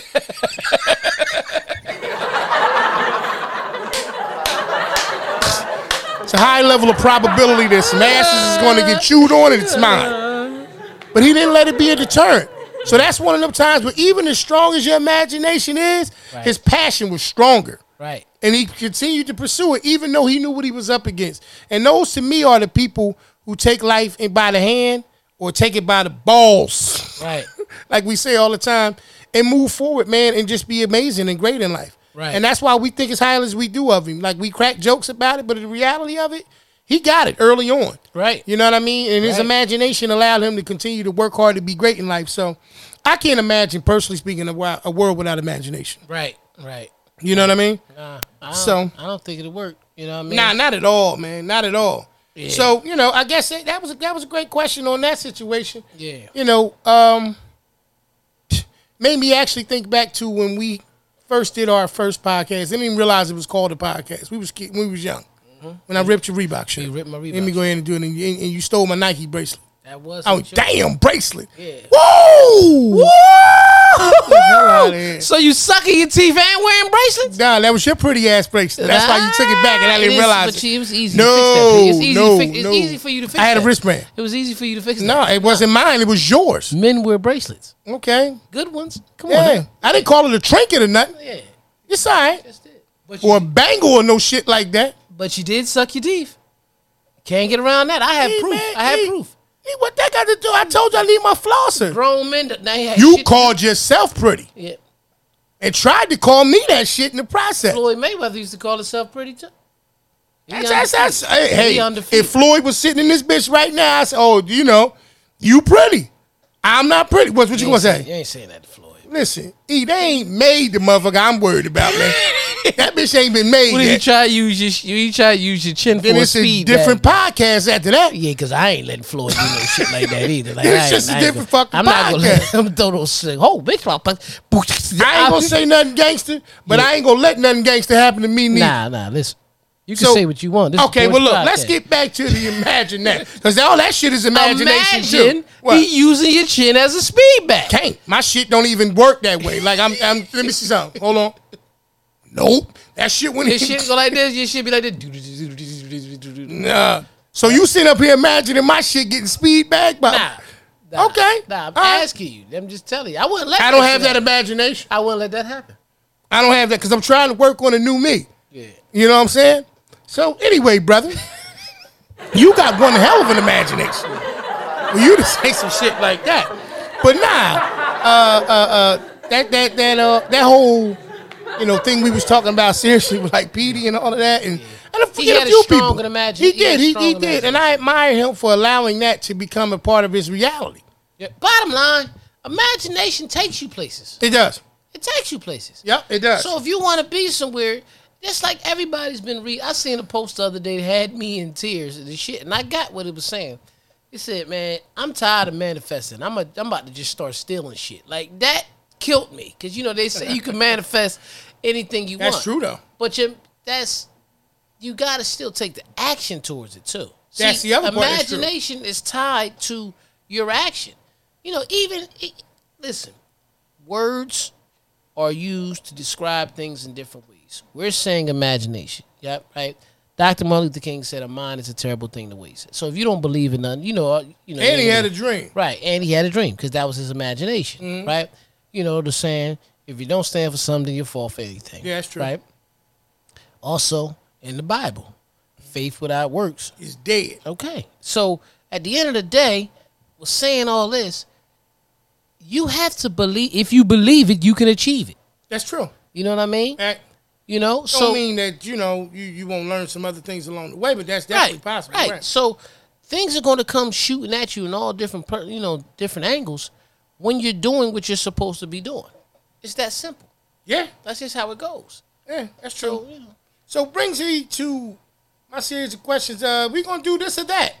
C: it's a high level of probability that some asses is gonna get chewed on and it's mine. But he didn't let it be a deterrent. So that's one of them times where even as strong as your imagination is, his passion was stronger
A: Right.
C: and he continued to pursue it even though he knew what he was up against and those to me are the people who take life in by the hand or take it by the balls
A: Right.
C: like we say all the time and move forward man and just be amazing and great in life
A: Right.
C: and that's why we think as highly as we do of him like we crack jokes about it but the reality of it he got it early on
A: Right.
C: you know what i mean and his
A: Right.
C: imagination allowed him to continue to work hard to be great in life so i can't imagine personally speaking a, wi- a world without imagination
A: Right. Right.
C: you know what i mean
A: Uh, I don't-
C: So-
A: I don't think it'll work. You know what I mean?
C: Nah, not at all, man. Not at all. So you know, I guess that, that was a, that was a great question on that situation.
A: Yeah.
C: You know, um, made me actually think back to when we first did our first podcast. Didn't even realize it was called a podcast. We was kid, we was young when I ripped your Reebok shirt.
A: Mm-hmm. You ripped my
C: Let me
A: Reebok
C: go ahead and do it, and, you- and you stole my Nike bracelet.
A: That was
C: Oh,
A: what you-
C: damn bracelet.
A: Yeah.
C: Woo! Woo! out of here.
D: So you sucking your teeth and wearing bracelets?
C: Nah, that was your pretty ass bracelet. That's why you took it back and I
A: It
C: didn't
A: is,
C: realize
A: But
C: it.
A: you- it was easy
C: No,
A: to fix that. thing. It's easy
C: no,
A: to fix. It's
C: no.
A: easy for you to fix.
C: I had a
A: that.
C: wristband.
A: It was easy for you to fix.
C: No,
A: that.
C: it wasn't mine. It was yours.
A: men wear bracelets.
C: Okay.
A: Good ones. Come on.
C: Yeah.
A: now.
C: I didn't call it a trinket or nothing.
A: Yeah.
C: It's all right.
A: That's it. But you,
C: Or a bangle or no shit like that.
A: but you did suck your teeth. Can't get around that. I have
C: Hey,
A: proof.
C: man,
A: I have
C: hey.
A: proof.
C: Hey, What that got to do? I told you I need my flosser.
A: Grown men. that- They had
C: You
A: shit-
C: called yourself pretty
A: Yeah.
C: and tried to call me that shit in the process.
A: Floyd Mayweather used to call himself pretty. Too. He
C: That's, that's, that's,
A: undefeated.
C: hey, hey,
A: He undefeated.
C: if Floyd was sitting in this bitch right now, I said, oh, you know, you pretty. I'm not pretty. What's what you gonna
A: ain't
C: say?
A: You ain't saying that to Floyd.
C: Listen, E, they ain't made the motherfucker I'm worried about, man. that bitch ain't been made
D: What did you
C: yet.
D: try to use your you try to use your chin
C: Then
D: for
C: it's a
D: speed?
C: different podcast after that.
A: Yeah, because I ain't letting Floyd do no shit like that either. Like,
C: It's
A: I ain't-
C: just a
A: I ain't
C: different
A: gonna-
C: fucking
A: I'm not gonna let
C: podcast.
A: him throw those shit. Oh, bitch, my fuck.
C: I ain't gonna say nothing gangster, but I ain't gonna let nothing gangster happen to me neither.
A: Nah, nah, listen. You can
C: So-
A: say what you want. This is
C: Okay, well
A: Floyd's
C: look, let's
A: podcast.
C: get back to the imagine that. Because all that shit is imagination
D: Imagine
C: too. What?
D: he using your chin as a speed bag.
C: can't. My shit don't even work that way. Like I'm, I'm let me see something. Hold on. Nope. That shit went
D: Your
C: in.
D: shit go like this. Your shit be like this.
C: Nah. So you sitting up here imagining my shit getting speed back by
A: Nah, nah,
C: Okay,
A: Nah, I'm
C: all right.
A: asking you. I'm just telling you. I wouldn't let.
C: I don't
A: shit
C: have that
A: happen.
C: imagination.
A: I wouldn't let that happen.
C: I don't have that because I'm trying to work on a new me.
A: Yeah.
C: You know what I'm saying? So anyway, brother, you got one hell of an imagination. For you to say some shit like that, but nah, uh, uh, uh, that that that uh, that whole you know thing we was talking about seriously with like Petey and all of that, and and I forget
A: had a
C: few
A: strong
C: people.
A: imagi-
C: He
A: he had
C: did,
A: a
C: he,
A: strong
C: he did, and I admire him for allowing that to become a part of his reality.
A: Yeah. Bottom line, imagination takes you places.
C: It does.
A: It takes you places.
C: Yep, it does.
A: So if you want to be somewhere, just like everybody's been read. I seen a post the other day that had me in tears and the shit, and I got what it was saying. It said, "Man, I'm tired of manifesting. I'm a, I'm about to just start stealing shit." Like that killed me because you know they say you can manifest anything you
C: That's
A: want.
C: true, though.
A: But you that's you got to still take the action towards it too.
C: That's the other part that's true.
A: Imagination is tied to your action. You know, even i- listen, words are used to describe things in different ways. We're saying imagination. Yep, right. Dr. Martin Luther King said a mind is a terrible thing to waste. So if you don't believe in none, you know, uh, you know.
C: and he
A: you
C: had
A: know-
C: a dream.
A: Right, and he had a dream because that was his imagination,
C: Mm-hmm.
A: right? You know the saying, if you don't stand for something, you fall for anything.
C: Yeah, that's true.
A: Right. Also in the Bible, faith without works.
C: He's dead.
A: Okay. So at the end of the day, we're saying all this, you have to believe if you believe it, you can achieve it.
C: That's true.
A: You know what I mean?
C: That
A: You know?
C: don't
A: So
C: mean that you know you, you won't learn some other things along the way, but that's definitely
A: right,
C: possible.
A: Right.
C: right.
A: So things are going to come shooting at you in all different, per- you know, different angles when you're doing what you're supposed to be doing. It's that simple.
C: Yeah,
A: That's just how it goes.
C: yeah, that's
A: So,
C: true.
A: you know,
C: So brings me to my series of questions. Uh, we gonna do this or that,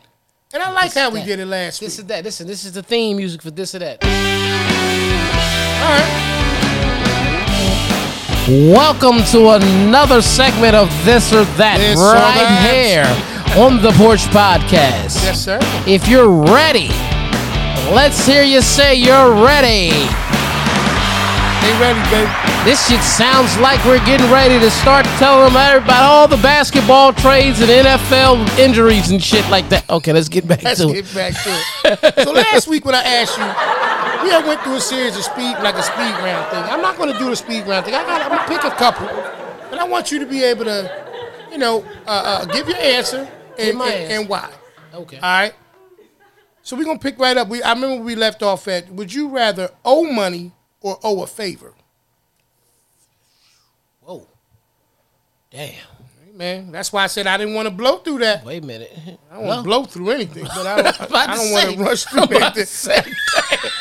C: and I like how we
A: that.
C: did it last
A: this
C: week.
A: is that. Listen, this is the theme music for this or that.
C: All right,
D: Welcome to another segment of This or That
C: This or
D: right
C: That.
D: here on the Porch Podcast.
C: yes, sir.
D: If you're ready, let's hear you say you're ready.
C: They ready, baby.
D: This shit sounds like we're getting ready to start telling them about all the basketball trades and NFL injuries and shit like that. Okay, let's get back
C: Let's
D: to it.
C: get back to it. so last week when I asked you, we had went through a series of speed like a speed round thing. I'm not gonna do the speed round thing. I got I'm gonna pick a couple, and I want you to be able to, you know, uh, uh, give your answer and,
A: my
C: and,
A: answer.
C: and why.
A: Okay.
C: All right. So we're gonna pick right up. We I remember we left off at would you rather owe money or owe a favor?
A: Whoa. Damn.
C: Hey, Man, that's why I said I didn't want to blow through that.
A: Wait a minute.
C: I don't want to blow through anything, but I don't, I don't want to rush through anything. I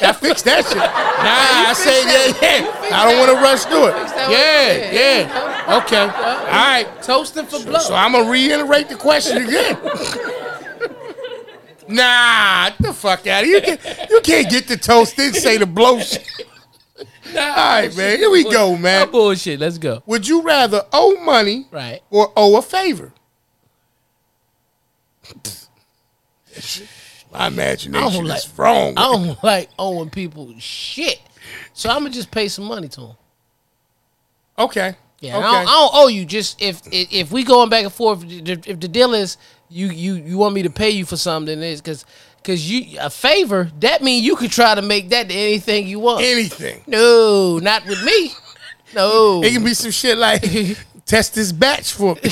A: Damn.
C: fixed that shit. Nah, I said yeah, yeah. I don't want to rush through
A: that
C: it.
A: one.
C: Yeah,
A: Yeah,
C: yeah. Okay. All right.
A: Toasting for blow.
C: So I'm gonna reiterate the question again. nah, get the fuck out of here. You can't, you can't get the toast and say the blow shit. All right, man. Here we go,
D: Oh,
C: man.
D: bullshit. Let's go.
C: Would you rather owe money
A: Right.
C: or owe a favor? My
A: I
C: imagination
A: don't like-
C: is wrong.
A: I don't like owing people shit. So I'm gonna just pay some money to them.
C: Okay.
A: Yeah,
C: Okay.
A: I, don't, I don't owe you. Just if if if we going back and forth, if if the deal is you you you want me to pay you for something, it's because because you a favor that mean you could try to make that anything you want.
C: Anything.
A: no, not with me. No,
C: It can be some shit like test this batch for me.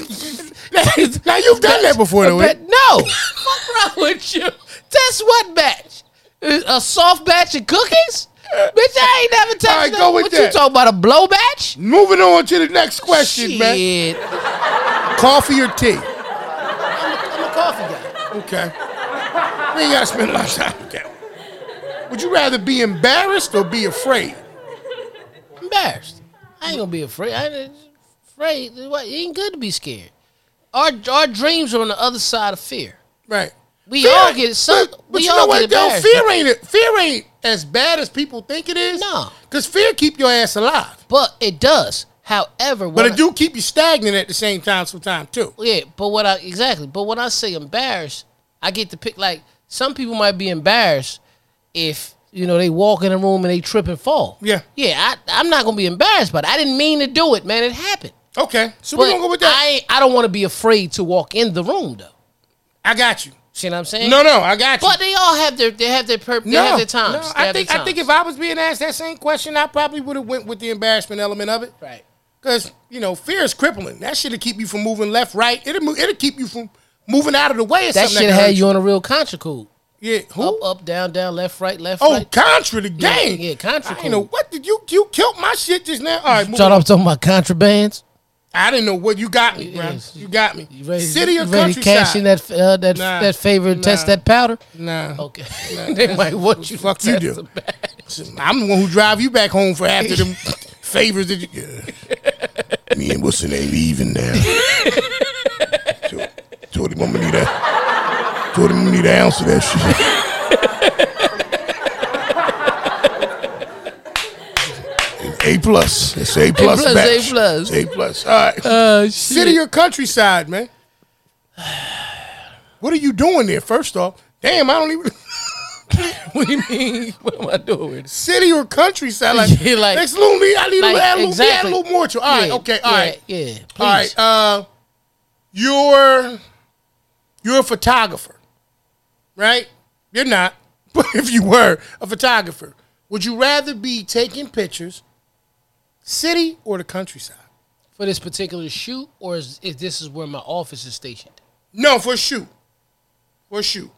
C: now you've done that before though.
A: But no.
C: ain't-
A: What's wrong with you? That's what batch? A soft batch of cookies? Bitch, I ain't never touched
C: All right,
A: that.
C: go with
A: what you
C: that.
A: talking about? A blow batch?
C: Moving on to the next question, man.
A: Shit.
C: Coffee or tea?
A: I'm a coffee guy.
C: Okay. We ain't gotta spend a lot of time with that. one. Would you rather be embarrassed or be afraid?
A: I'm embarrassed. I ain't gonna be afraid. I ain't afraid. What? It ain't good to be scared. Our our dreams are on the other side of fear.
C: Right.
A: We all get some.
C: But, but
A: we
C: you
A: all
C: know what
A: get
C: though?
A: embarrassed.
C: Fear ain't it. Fear ain't as bad as people think it is.
A: No.
C: Cause fear keep your ass alive.
A: But it does. However,
C: But
A: when I-
C: it do keep you stagnant at the same time sometimes too.
A: Yeah, but what I exactly, but when I say embarrassed, I get to pick. Like some people might be embarrassed if you know they walk in a room and they trip and fall.
C: Yeah.
A: yeah. I, I'm not gonna be embarrassed, but I didn't mean to do it, man. It happened.
C: Okay. So
A: But
C: we're gonna go with that.
A: I ain't- I don't want to be afraid to walk in the room though.
C: I got you.
A: See what I'm saying?
C: No, no, I got you.
A: But they all have their they have their purpose. They
C: no,
A: have their times.
C: no,
A: They
C: I
A: have
C: think
A: their
C: I think
A: times.
C: if I was being asked that same question, I probably would have went with the embarrassment element of it.
A: right.
C: Because you know, fear is crippling. That shit'll keep you from moving left, right. It'll mo- it'll keep you from moving out of the way. Or
A: That
C: something
A: shit
C: hurts
A: had you on a real contra code.
C: Yeah. Who?
A: Up, up, down, down, left, right, left,
C: oh,
A: right.
C: contra the game.
A: yeah, Contra
C: You know
A: cool.
C: what? Did you you killed my shit just now? All right, move
A: Thought I
C: on.
A: was talking about contrabands.
C: I didn't know what you got me, bro.
A: Yes.
C: You got me.
A: You ready,
C: City or
A: you ready to
C: countryside?
A: cash in that uh, that
C: Nah,
A: that favor and test
C: nah.
A: that powder?
C: Nah.
A: Okay. they might want you.
C: Fuck you do. I'm the one who drive you back home for after them favors that you. Yeah. Me and what's her name even now. To- Told him I'm gonna need that. Told him I'm gonna need an ounce of that shit. A plus. It's A plus.
A: plus,
C: batch.
A: A plus.
C: It's A plus. All right.
A: Uh, shit.
C: City or countryside, man? What are you doing there? First off, damn, I don't even.
A: What do you mean? What am I doing?
C: city or countryside. Like,
A: Yeah, like-
C: next little me, I need
A: like,
C: to add a little,
A: exactly.
C: add a little more to. All right,
A: Yeah,
C: okay, all right,
A: yeah, Yeah. Please.
C: all right. Uh, you're you're a photographer, right? You're not, but if you were a photographer, would you rather be taking pictures, city or the countryside?
A: For this particular shoot, or is, is this is where my office is stationed?
C: No, for shoot, for shoot.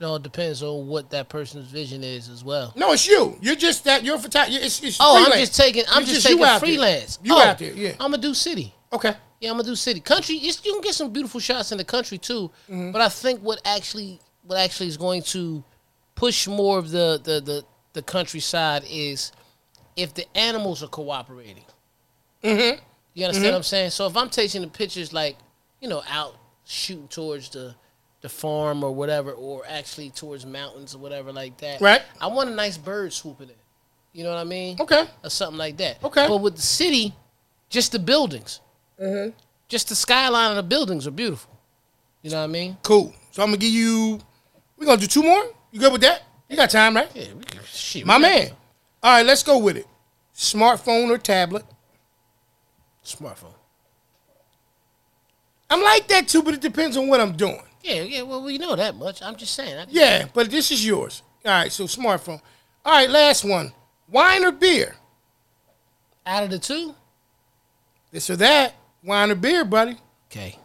A: It all depends on what that person's vision is as well.
C: No, it's you. You're just that. You're a photographer. It's, it's
A: Oh,
C: freelance.
A: I'm just taking. I'm
C: You're
A: just,
C: you
A: taking
C: out there.
A: freelance.
C: You
A: oh,
C: out there? Yeah.
A: I'm gonna do city.
C: Okay.
A: Yeah, I'm gonna do city, country. It's, you can get some beautiful shots in the country too,
C: Mm-hmm.
A: but I think what actually what actually is going to push more of the the the, the countryside is if the animals are cooperating. Mm-hmm.
C: Mm-hmm.
A: You understand what I'm saying? So if I'm taking the pictures like you know out shooting towards the the farm or whatever, or actually towards mountains or whatever like that,
C: Right.
A: I want a nice bird swooping in. You know what I mean?
C: Okay.
A: or something like that.
C: Okay.
A: But with the city, just the buildings,
C: Mm-hmm.
A: just the skyline of the buildings are beautiful. You know what I mean?
C: Cool. So I'm gonna give you. We're gonna do two more. You good with that? You got time, right?
A: Yeah, we can, shit,
C: My
A: we can-
C: man. All right, let's go with it. Smartphone or tablet?
A: Smartphone.
C: I'm like that too, but it depends on what I'm doing.
A: Yeah, yeah. Well, we know that much. I'm just saying. I,
C: Yeah, but this is yours. All right, so smartphone. All right, last one. Wine or beer?
A: Out of the two,
C: This or that? Wine or beer, buddy?
A: okay.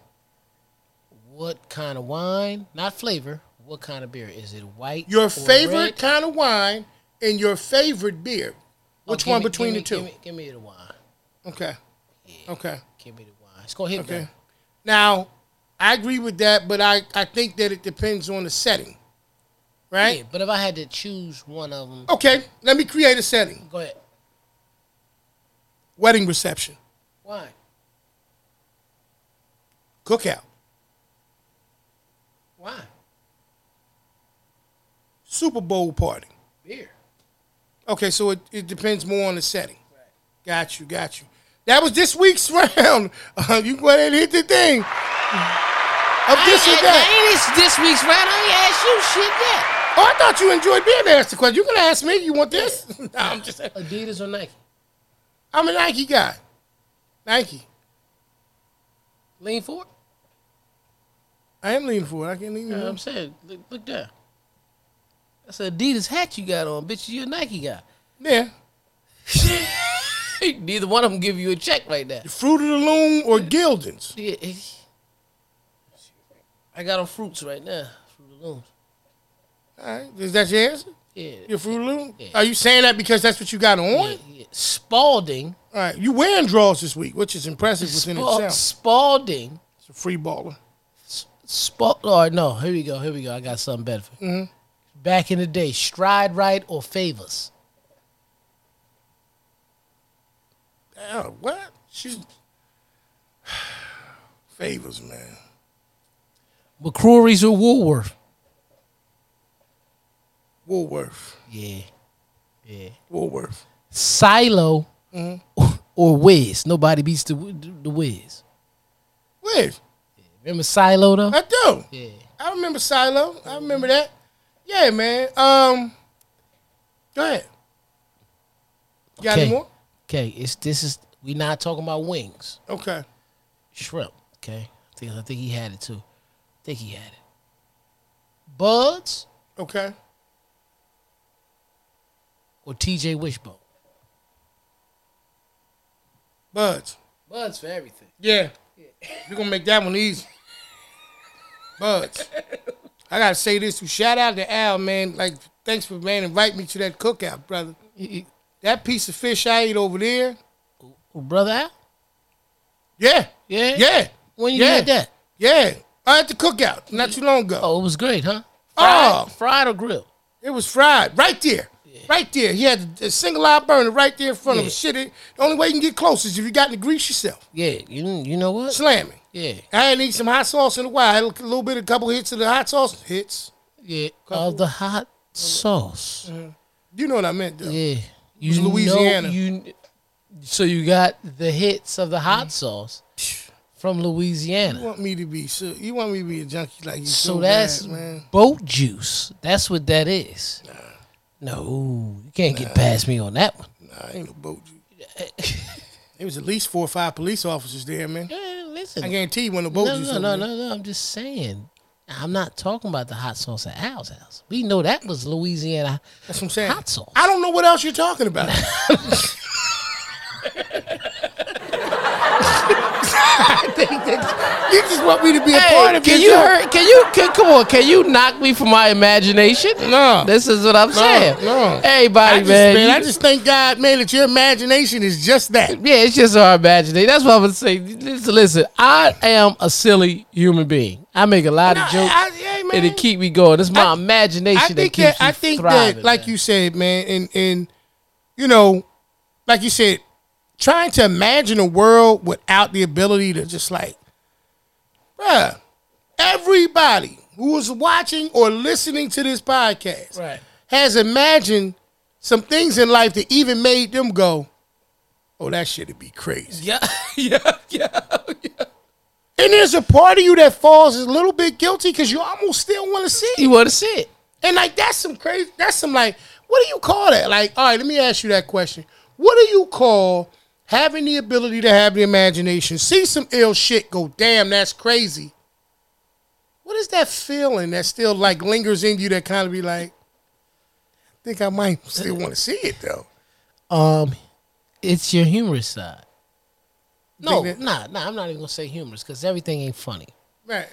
A: What kind of wine? Not flavor. What kind of beer? Is it white?
C: Your
A: or
C: favorite
A: red?
C: kind of wine and your favorite beer.
A: Oh,
C: Which
A: give
C: one
A: me-
C: between
A: give
C: the
A: me-
C: two?
A: Give me, give me the wine.
C: Okay. Okay.
A: Give me the wine. It's gonna hit
C: Okay.
A: me.
C: Now, I agree with that, but I, I think that it depends on the setting, right?
A: Yeah, but if I had to choose one of them,
C: Okay, let me create a setting.
A: go ahead.
C: Wedding reception,
A: Wine.
C: cookout,
A: Wine.
C: Super Bowl party.
A: Beer.
C: Okay, so it, it depends more on the setting. Got you, got you. That was this week's round. Uh, you go ahead and hit the thing. of this or that.
A: ain't this week's round. I ain't asked you shit yet.
C: Oh, I thought you enjoyed being asked the question. You can ask me. You want this? no, I'm just.
A: Adidas or Nike?
C: I'm a Nike guy. Nike.
A: Lean forward.
C: I am leaning forward. I can't lean.
A: You know what
C: forward.
A: I'm saying? Look, look down. That's an Adidas hat you got on, bitch. You a Nike guy.
C: Yeah.
A: Neither one of them give you a check right now.
C: Fruit of the Loom or Gildens?
A: Yeah, eh. I got on fruits right now. Fruit of the Looms.
C: All right. Is that your answer?
A: Yeah.
C: Your Fruit of the Loom?
A: Yeah.
C: Are you saying that because that's what you got on?
A: yeah, yeah. Spalding.
C: All right. You wearing draws this week, which is impressive within
A: Spal-
C: itself.
A: Spalding.
C: It's a free baller.
A: Spal- oh, no. Here we go. Here we go. I got something better for you. Back in the day, stride right or favors?
C: Oh, what? She's favors, man.
A: McCrory's or Woolworth?
C: Woolworth.
A: Yeah. Yeah.
C: Woolworth. Mm-hmm.
A: Silo or Wiz? Nobody beats the, the Wiz.
C: Wait,
A: Remember Silo, though?
C: I do.
A: Yeah.
C: I remember Silo. I remember that. Yeah, man. Um, go ahead. You got any
A: Okay.
C: more?
A: Okay, it's this is we not talking about wings.
C: Okay.
A: Shrimp. Okay. I think I think he had it too. I think he had it. Buds
C: Okay.
A: or TJ Wishbone?
C: Buds.
A: Buds for everything.
C: Yeah. We're gonna make that one easy. Buds. I gotta say this too. Shout out to Al, man. Like, thanks for man invite me to that cookout, brother. That piece of fish I ate over there.
A: Brother Al?
C: Yeah.
A: Yeah?
C: Yeah.
A: When you
C: Yeah.
A: had that?
C: Yeah. I at the cookout not too long ago.
A: Oh, it was great, huh?
C: Oh.
A: Fried, fried or grilled?
C: It was fried right there. Right there. He had a single eye burner right there in front of
A: Yeah.
C: him. Shit, it, the only way you can get close is if you got to grease yourself.
A: Yeah, you you know what?
C: Slamming.
A: Yeah,
C: I ain't eat some hot sauce in a while. I had a little bit, a couple hits of the hot sauce. Hits.
A: yeah. Of the hot sauce.
C: You know what I meant, though.
A: Yeah,
C: was
A: you
C: Louisiana.
A: Know you, so you got the hits of the hot sauce from Louisiana.
C: You want me to be so you want me to be a junkie like you so,
A: So that's
C: bad, man.
A: boat juice. That's what that is. No, you can't get past me on that one.
C: Nah, I ain't no boat you. There was at least four or five police officers there, man.
A: Eh, Listen,
C: I
A: no,
C: guarantee you when the boat
A: no,
C: juice
A: no, no,
C: over there.
A: no, I'm just saying. I'm not talking about the hot sauce at Al's house. We know that was Louisiana.
C: That's what I'm saying.
A: Hot sauce.
C: I don't know what else you're talking about. I think that you just want me to be a part
D: Hey,
C: of
D: can
C: your
D: you
C: show.
D: hurt? Can you? Can, come on, can you knock me for my imagination?
C: No.
D: This is what I'm saying.
C: no. I
D: Everybody,
C: just,
D: man.
C: man,
D: you-
C: I just thank God, man, that your imagination is just that.
D: yeah, it's just our imagination. That's what I'm gonna say. Listen, listen, I am a silly human being. I make a lot
C: No,
D: of jokes.
C: I- yeah, man.
D: It'll keep me going. It's my
C: I-
D: imagination
C: I
D: that
C: think
D: keeps
C: that,
D: me
C: I think
D: thriving,
C: that, like
D: man.
C: you said, man, and and you know, like you said, trying to imagine a world without the ability to just like, bruh, everybody who is watching or listening to this podcast
A: Right.
C: has imagined some things in life that even made them go, "Oh, that shit'd be crazy."
A: Yeah, yeah, yeah.
C: And there's a part of you that falls a little bit guilty because you almost still want to see it.
D: you want to see it.
C: And like that's some crazy. That's some like what do you call that? Like all right, let me ask you that question. What do you call having the ability to have the imagination, see some ill shit, go damn, that's crazy. What is that feeling that still like lingers in you that kind of be like, I think I might still want to see it though.
A: Um, it's your humorous side. No,
C: Think that-
A: nah, nah. I'm not even gonna say humorous because everything ain't funny.
C: Right.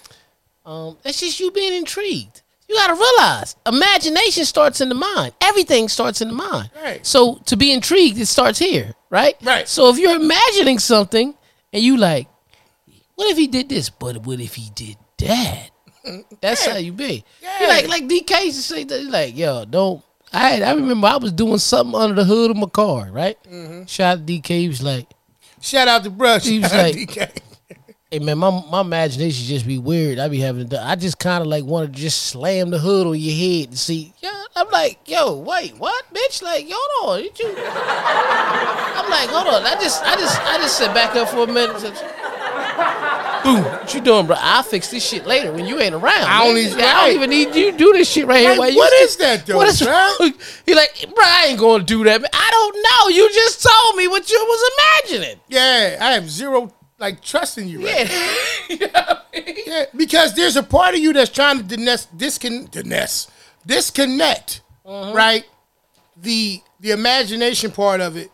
A: Um, that's just you being intrigued. You gotta realize imagination starts in the mind. Everything starts in the mind.
C: Right.
A: So to be intrigued, it starts here, right?
C: Right.
A: So if you're imagining something and you like, what if he did this? But what if he did that? That's how you be.
C: Yeah.
A: You like like DK used to say that he's like, yo, don't I I remember I was doing something under the hood of my car, right?
C: Mm-hmm.
A: Shout out to DK, he was like,
C: Shout out to Brush.
A: He was
C: Shout out
A: like-
C: DK.
A: Hey man, my my imagination just be weird. I be having, I just kind of like want to just slam the hood on your head and see. Yeah, I'm like, yo, wait, what, bitch? Like, hold on, did you? I'm like, hold on. I just, I just, I just sit back up for a minute. and just-
C: Boom.
A: What you doing, bro? I'll fix this shit later when you ain't around.
C: I don't
A: man. I
C: need- right.
A: don't even need you to do this shit right here.
C: Like,
A: while you
C: what
A: sit-
C: is that, though,
A: What is
C: man?
A: wrong? You're like, bro, I ain't gonna do that. Man. I don't know. You just told me what you was imagining.
C: Yeah, I have zero like trust in you. Right?
A: Yeah.
C: Yeah, because there's a part of you that's trying to dines- discon- dines- disconnect,
A: Mm-hmm.
C: right? The the imagination part of it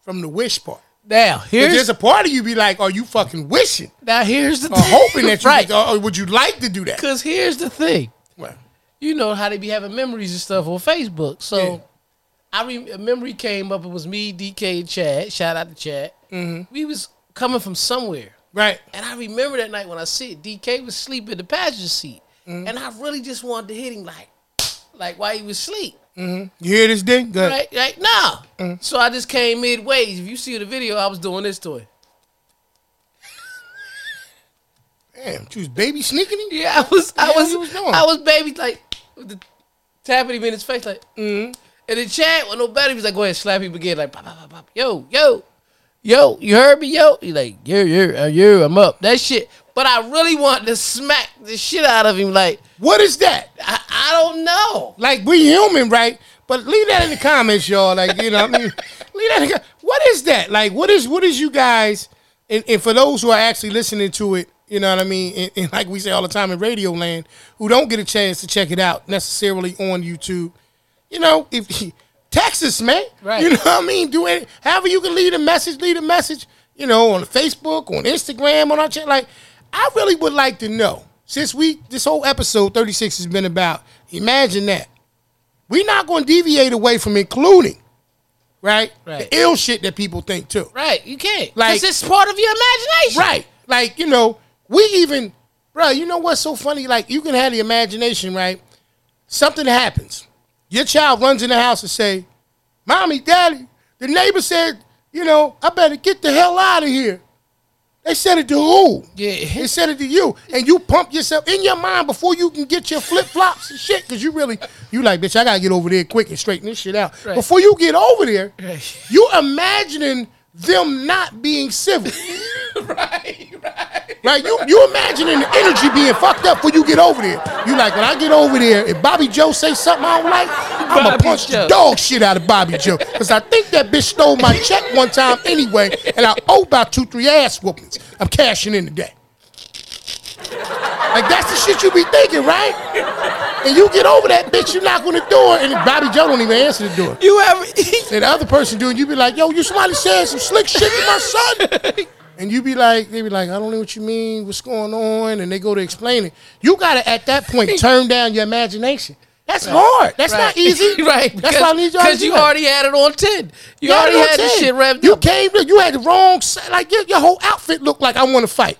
C: from the wish part.
A: now
C: 'Cause
A: here's
C: There's a part of you be like, "Are you fucking wishing
A: now here's the
C: or hoping that you
A: right?
C: or, or would you like to do that?"
A: Because here's the thing.
C: Well,
A: you know how they be having memories and stuff on Facebook. So
C: Yeah.
A: I re- a memory came up. It was me, DK, and Chad. Shout out to Chad. We was coming from somewhere,
C: right,
A: and I remember that night when I sit, DK was sleeping in the passenger seat, and I really just wanted to hit him like, like while he was asleep.
C: you hear this thing? Good.
A: Right, right now. So I just came midway. If you see the video, I was doing this to him.
C: Damn, she was baby sneaking in.
A: Yeah, I was, I
C: Yeah,
A: was,
C: you was doing.
A: I was baby like with the tapping him in his face like, mm. and then Chad was no better. He was like, go ahead, slap him again like, pop, pop, pop, pop. yo, yo, yo, you heard me, yo. He like, yeah, yeah, uh, yeah, I'm up. That shit. But I really wanted to smack the shit out of him. Like,
C: What is that?
A: I, I don't know.
C: Like we human, right? But leave that in the comments, y'all. Like you know, what I mean, leave that. In the, what is that? Like what is what is you guys? And, and for those who are actually listening to it, you know what I mean. And, and like we say all the time in Radio Land, who don't get a chance to check it out necessarily on YouTube, you know, if Texas man,
A: Right.
C: You know what I mean. Do it however you can leave a message. Leave a message. You know, on Facebook, on Instagram, on our channel. Like, I really would like to know since we this whole episode thirty six has been about. Imagine that we're not going to deviate away from including, right?
A: Right.
C: The ill shit that people think too.
A: Right, you can't.
C: Like-
A: Like, it's part of your imagination.
C: Right. Like, you know, we even, bro, you know what's so funny? Like, you can have the imagination, right? Something happens. Your child runs in the house and say, Mommy, Daddy, the neighbor said, you know, I better get the hell out of here. They said it to who?
A: Yeah.
C: They said it to you. And you pump yourself in your mind before you can get your flip flops and shit. Cause you really, you like, bitch, I gotta get over there quick and straighten this shit out.
A: Right.
C: Before you get over there,
A: Right.
C: you imagining them not being civil. Right? You you imagining the energy being fucked up when you get over there. You like when I get over there, if Bobby Joe say something I don't like, I'ma
A: Bobby
C: punch the
A: Joe.
C: dog shit out of Bobby Joe. Cause I think that bitch stole my check one time anyway, and I owe about two, three ass whoopings. I'm cashing in today. Like that's the shit you be thinking, right? And you get over that bitch, you knock on the door, and Bobby Joe don't even answer the door.
A: You ever?
C: And the other person doing, you be like, yo, you somebody saying some slick shit to my son. And you be like, they be like, I don't know what you mean, what's going on? And they go to explain it. You gotta at that point turn down your imagination. That's hard. That's not easy.
A: right.
C: That's why I need y'all. to
A: Because
C: do
A: you
C: that.
A: already had it on 10. You
C: Yeah,
A: already
C: you
A: had this
C: did.
A: shit revved
C: You
A: up.
C: came to you had the wrong si- like your, your whole outfit looked like I want to fight.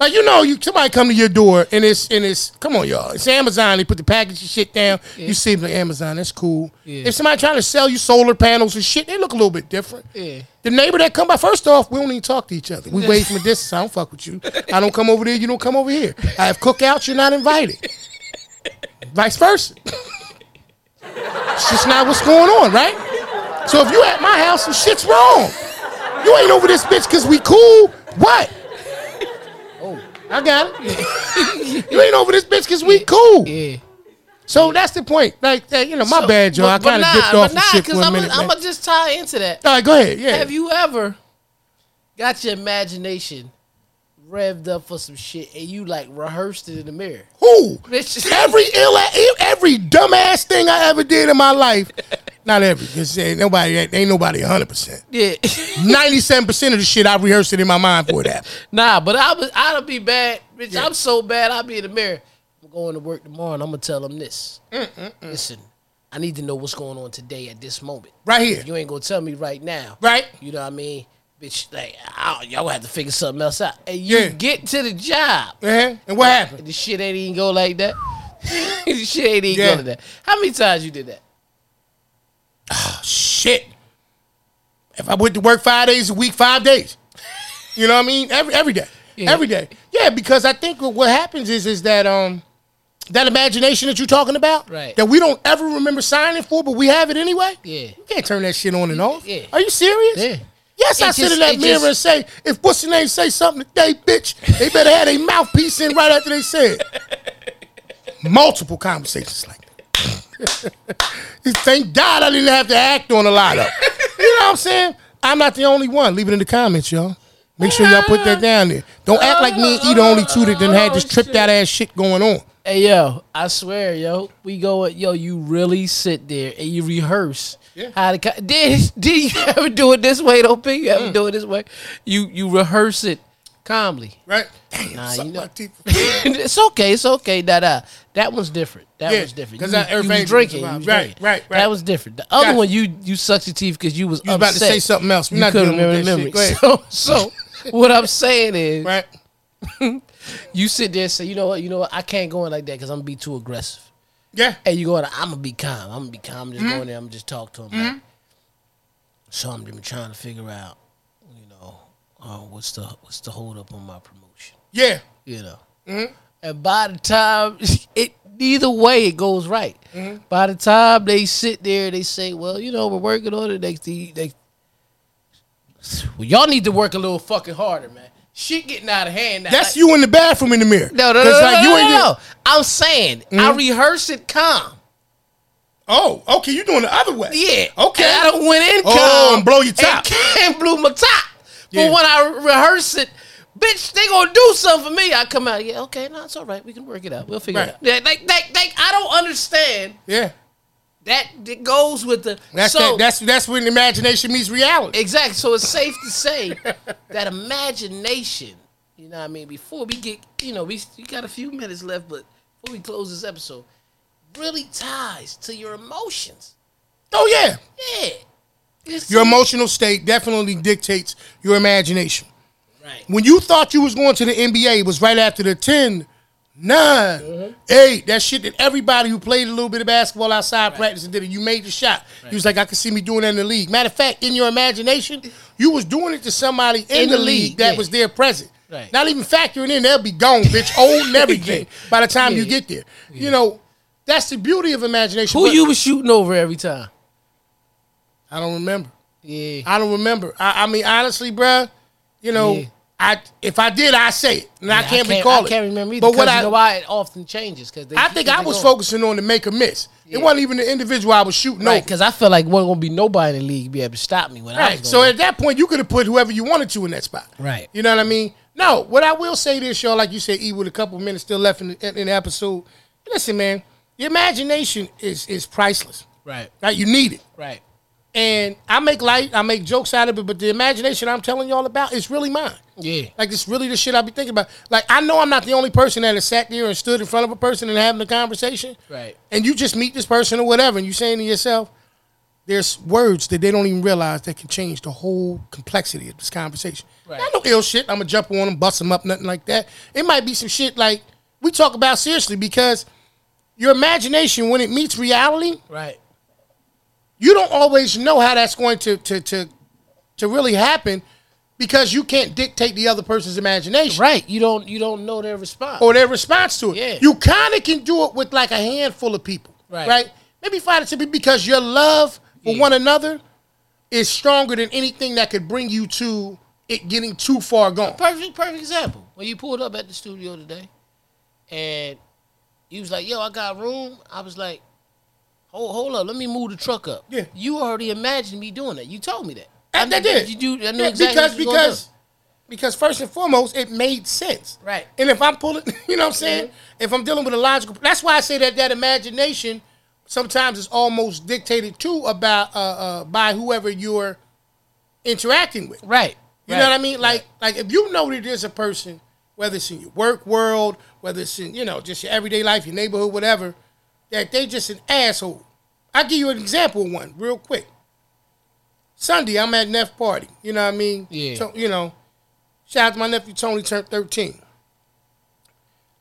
C: like you know, you somebody come to your door and it's and it's come on y'all, it's Amazon. They put the package and shit down. You see them like Amazon, that's cool.
A: Yeah.
C: If somebody trying to sell you solar panels and shit, they look a little bit different.
A: Yeah.
C: The neighbor that come by, first off, we don't even talk to each other. We wait from a distance. I don't fuck with you. I don't come over there. You don't come over here. I have cookouts. You're not invited. Vice versa. It's just not what's going on, right? So if you at my house, some shit's wrong. You ain't over this bitch because we cool. What? Oh, I got it. you ain't over this bitch because we cool.
A: Yeah.
C: So that's the point. Like, that, you know, my
A: So-
C: bad, y'all. I
A: but- but
C: kind of
A: nah,
C: dipped
A: but
C: off the
A: nah,
C: shit for
A: 'cause
C: a
A: I'ma-
C: minute. man.
A: I'ma just tie into that.
C: All right, go ahead. Yeah.
A: Have you ever got your imagination revved up for some shit and you like rehearsed it in the mirror?
C: Who?
A: Bitch.
C: every ill, every dumbass thing I ever did in my life. Not every. 'cause Ain't nobody. Ain't nobody. hundred percent.
A: Yeah.
C: Ninety-seven percent of the shit I rehearsed it in my mind for that.
A: nah, but I was I'd be bad, bitch. I'm so bad I'd be in the mirror. I'm going to work tomorrow and I'm gonna tell them this. Listen, I need to know what's going on today at this moment.
C: Right here.
A: You ain't gonna tell me right now.
C: Right.
A: You know what I mean? Bitch, like I don't- y'all gonna have to figure something else out. And you
C: Yeah.
A: get to the job.
C: Uh-huh. And what happened?
A: The shit ain't even go like that. the shit ain't even
C: Yeah.
A: go like that. How many times you did that?
C: Shit. If I went to work five days a week, five days. You know what I mean? Every every day.
A: Yeah.
C: Every day. Yeah, because I think what what happens is is that um that imagination that you're talking about,
A: Right.
C: that we don't ever remember signing for, but we have it anyway.
A: Yeah.
C: You can't turn that shit on and off.
A: Yeah.
C: Are you serious?
A: Yeah.
C: Yes, I
E: It
C: sit in
E: just-
C: that
E: it
C: mirror
E: just-
C: and say, if what's your name say something today, bitch, they better have their mouthpiece in right after they say it. Multiple conversations like that. Thank God I didn't have to act on a lot of. 'em. You know what I'm saying? I'm not the only one. Leave it in the comments, y'all. Make sure y'all put that down there. Don't act like me and E the only two that done had
A: Oh,
C: this tripped out ass shit going on.
A: Hey yo, I swear, yo, we go. Yo, you really sit there and you rehearse.
C: Yeah.
A: How to co- did did you ever do it this way? Don't think you ever
C: Mm.
A: do it this way. You you rehearse it calmly.
C: Right? Damn, suck
A: you
C: my
A: know-
C: teeth.
A: it's okay. It's okay. That uh, that one's different. That
C: Yeah,
A: one's different.
C: 'cause
A: You-
C: that
A: you was
C: everything-
A: drinking. you
C: right,
A: was drinking.
C: right, right.
A: That was different. The other
C: Gotcha.
A: one, you you sucked your teeth because you was
C: You was about to say
A: upset.
C: something else. We're
A: You
C: not
A: couldn't
C: dealing
A: remember
C: with that
A: memory.
C: shit. Go ahead.
A: So so what I'm saying is,
C: Right?
A: you sit there and say, you know what, you know what, I can't go in like that because I'm gonna be too aggressive.
C: Yeah.
A: And you go in, I'm gonna be calm. I'm gonna be calm. Just go in there. I'm gonna just talk to him. like, so I'm been trying to figure out, you know, uh, what's the what's the hold up on my promotion,
C: Yeah.
A: you know. And by the time it, either way, it goes right. By the time they sit there, they say, well, you know, we're working on it. They, they, they well, y'all need to work a little fucking harder, man. Shit getting out of hand. Now.
C: That's
A: Like-
C: you in the bathroom in the mirror.
A: No, no, no,
C: 'Cause,
A: no, no,
C: like, you
A: no,
C: ain't Mm-hmm.
A: no,
C: get-
A: no. I'm saying I rehearse it calm.
C: Oh, okay. You're doing the other way.
A: Yeah.
C: Okay.
A: And I don't win income.
C: Oh, and blow your top.
A: And blew my top.
C: Yeah.
A: But when I rehearse it, bitch, they gonna do something for me. I come out, yeah, okay, no, it's all right. We can work it out. We'll figure
C: Right.
A: it out. Yeah, like, like, like, I don't understand
C: yeah.
A: that. It goes with the
C: That's
A: so
C: that, that's that's when imagination meets reality.
A: exactly. So it's safe to say that imagination. You know, what I mean, before we get, you know, we we got a few minutes left, but before we close this episode, really ties to your emotions.
C: oh yeah.
A: Yeah. It's-
C: Your emotional state definitely dictates your imagination.
A: Right.
C: When you thought you was going to the NBA it was right after the 10, 9,
A: Uh-huh.
C: 8, that shit that everybody who played a little bit of basketball outside practice and did it, you made the shot. You was like, I could see me doing that in the league. Matter of fact, in your imagination, you was doing it to somebody in, the, league, that
A: yeah.
C: was there present.
A: Right.
C: Not even factoring in, they'll be gone, bitch, old and everything by the time you get there. You know, that's the beauty of imagination.
A: Who
C: but-
A: you was shooting over every time?
C: I don't remember.
A: Yeah.
C: I don't remember. I, I mean, honestly, bruh, you know,
A: Yeah.
C: I if I did, I say it, and I, can't
A: I
C: recall it.
A: can't remember either.
C: But what
A: because
C: I,
A: you know why it often changes because
C: I think I was focusing on the make or miss. It wasn't even the individual I was shooting over.
A: because I felt like wasn't gonna be nobody in the league be able to stop me when I
C: Right.
A: was
C: So
A: going.
C: at that point, you could have put whoever you wanted to in that spot.
A: Right.
C: You know what I mean? No. What I will say this, y'all, like you said, E, with a couple minutes still left in the, in the episode. Listen, man, the imagination is is priceless.
A: right,
C: Right. You need it.
A: right,
C: And I make light, I make jokes out of it, but the imagination I'm telling y'all about is really mine.
A: yeah,
C: Like it's really the shit I be thinking about. Like I know I'm not the only person that has sat there and stood in front of a person and having a conversation.
A: Right.
C: And you just meet this person or whatever, and you saying to yourself, "There's words that they don't even realize that can change the whole complexity of this conversation."
A: Right.
C: Not no ill shit. I'm gonna jump on them, bust them up, nothing like that. It might be some shit like we talk about seriously because your imagination when it meets reality,
A: right,
C: you don't always know how that's going to to to to really happen because you can't dictate the other person's imagination
A: right. You don't you don't know their response.
C: or their response to it.
A: Yeah.
C: You kind of can do it with like a handful of people, right?
A: Right.
C: Maybe five to ten people because your love for
A: Yeah.
C: one another is stronger than anything that could bring you to it getting too far gone.
A: perfect perfect example when you pulled up at the studio today, and you was like, "Yo, I got room." I was like, "Hold hold up, let me move the truck up."
C: Yeah.
A: You already imagined me doing that. You told me that.
C: And they did.
A: You do. I knew
C: Yeah,
A: exactly
C: because
A: what you was gonna
C: because because first and foremost, it made sense.
A: Right. Mm-hmm.
C: And if I'm pulling, you know what I'm saying? If I'm dealing with a logical, that's why I say that that imagination sometimes is almost dictated to about uh, uh, by whoever you're interacting with.
A: do. right.
C: You
A: right.
C: know what I mean? Like like if you know that there's a person, whether it's in your work world, whether it's in you know just your everyday life, your neighborhood, whatever, that they just an asshole. I will give you an example of one real quick. Sunday, I'm at Neff party. You know what I mean?
A: Yeah.
C: So, you know, shout out to my nephew Tony turned 13.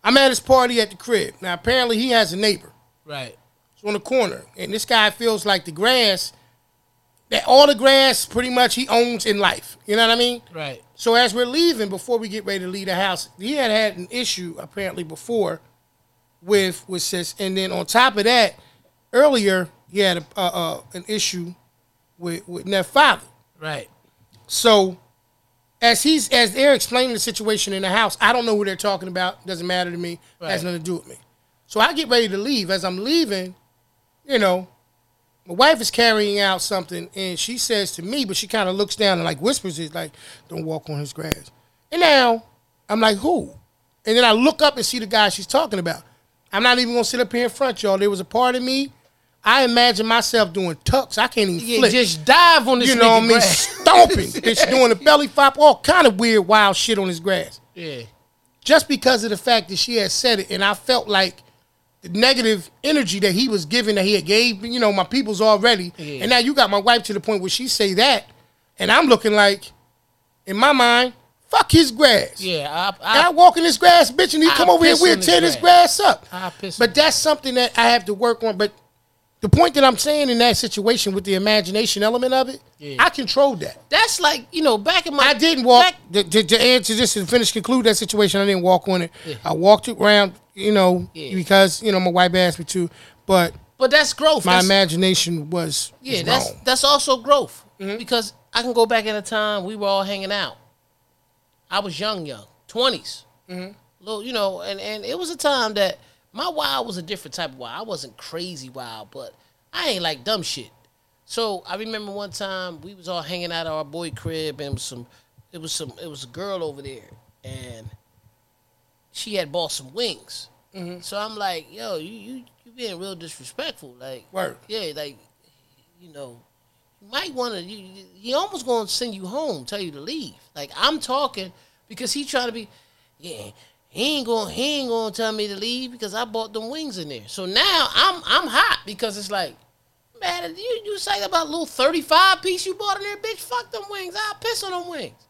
C: I'm at his party at the crib. Now apparently he has a neighbor.
A: Right.
C: It's on the corner, and this guy feels like the grass. That all the grass pretty much he owns in life. You know what I mean?
A: Right.
C: So as we're leaving, before we get ready to leave the house, he had had an issue apparently before with with this, and then on top of that, earlier he had a, uh, uh, an issue with with Neff's father.
A: Right.
C: So as he's as they're explaining the situation in the house, I don't know who they're talking about. Doesn't matter to me. Has
A: Right.
C: nothing to do with me. So I get ready to leave. As I'm leaving, you know, my wife is carrying out something, and she says to me, but she kind of looks down and like whispers it, like, "Don't walk on his grass." And now I'm like, "Who?" And then I look up and see the guy she's talking about. I'm not even gonna sit up here in front, y'all. There was a part of me. I imagine myself doing tucks. I can't even
A: Yeah,
C: flip
A: just dive on this
C: you know what I
A: nigga
C: mean?
A: grass.
C: Stomping, bitch, doing a belly flop, all kind of weird, wild shit on his grass.
A: Yeah.
C: Just because of the fact that she had said it, and I felt like the negative energy that he was giving, that he had gave, you know, my people's already,
A: Yeah.
C: and now you got my wife to the point where she say that, and I'm looking like, in my mind, fuck his grass.
A: Yeah. I,
C: And I
A: I,
C: walk in this grass, bitch, and he
A: I
C: come over here,
A: piss
C: we'll
A: on his
C: tear this
A: grass.
C: grass up.
A: I piss
C: But
A: on-
C: that's something that I have to work on. But the point that I'm saying in that situation with the imagination element of it,
A: Yeah.
C: I controlled that.
A: that's like, you know, back in my.
C: I didn't walk.
A: Back,
C: To, to, to answer this and finish conclude that situation, I didn't walk on it. I walked around, you know,
A: Yeah.
C: because you know my wife asked me to. But
A: but that's growth.
C: my
A: that's,
C: imagination was
A: Yeah,
C: was
A: that's
C: wrong.
A: that's also growth because I can go back in a time we were all hanging out. I was young, young, 20s little, you know, and and it was a time that my wild was a different type of wild. I wasn't crazy wild, but I ain't like dumb shit. So I remember one time we was all hanging out at our boy crib, and some, it was some, it was a girl over there, and she had bought some wings. So I'm like, yo, you you you being real disrespectful, like,
C: Word.
A: yeah, like, you know, you might want to. You, you- he almost gonna send you home, tell you to leave. Like I'm talking because he trying to be. Yeah, he ain't gonna he ain't gonna tell me to leave because I bought them wings in there. So now I'm I'm hot because it's like, man, you you say about a little thirty five piece you bought in there, bitch. Fuck them wings. I'll piss on them wings.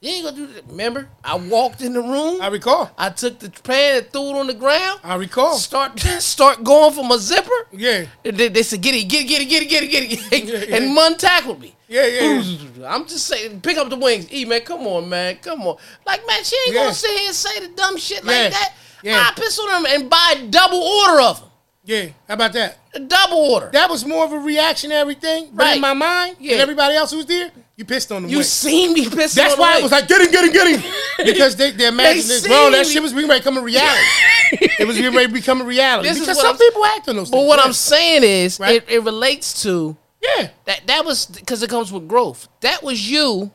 A: You ain't gonna do that. Remember, I walked in the room.
C: I recall.
A: I took the pan and threw it on the ground.
C: I recall.
A: Start start going for my zipper.
C: Yeah,
A: They, they said, get it, get it, get it, get it, get it, get it.
C: Yeah, yeah.
A: And Mun tackled me.
C: yeah, yeah.
A: I'm just saying, pick up the wings. E, man, come on, man, come on. Like, man, she ain't
C: Yeah.
A: gonna sit here and say the dumb shit
C: Yeah.
A: like that.
C: Yeah.
A: I piss on them and buy a double order of them.
C: yeah. How about that?
A: A double order.
C: That was more of a reactionary thing, but in
A: Right.
C: my mind
A: Yeah.
C: and everybody else who was there, you pissed on the
A: you
C: wing.
A: seen me pissing
C: That's
A: on
C: why
A: the
C: I was like, get him, get him, get him. Because they, they imagined this.
A: seen
C: Bro, that
A: me.
C: shit was being ready to become a reality. it was being ready to become a reality.
A: This is
C: because
A: what
C: some
A: I'm-
C: people act on those
A: But
C: things.
A: what
C: yeah.
A: I'm saying is,
C: Right.
A: it, it relates to
C: Yeah.
A: that that was because it comes with growth. That was you.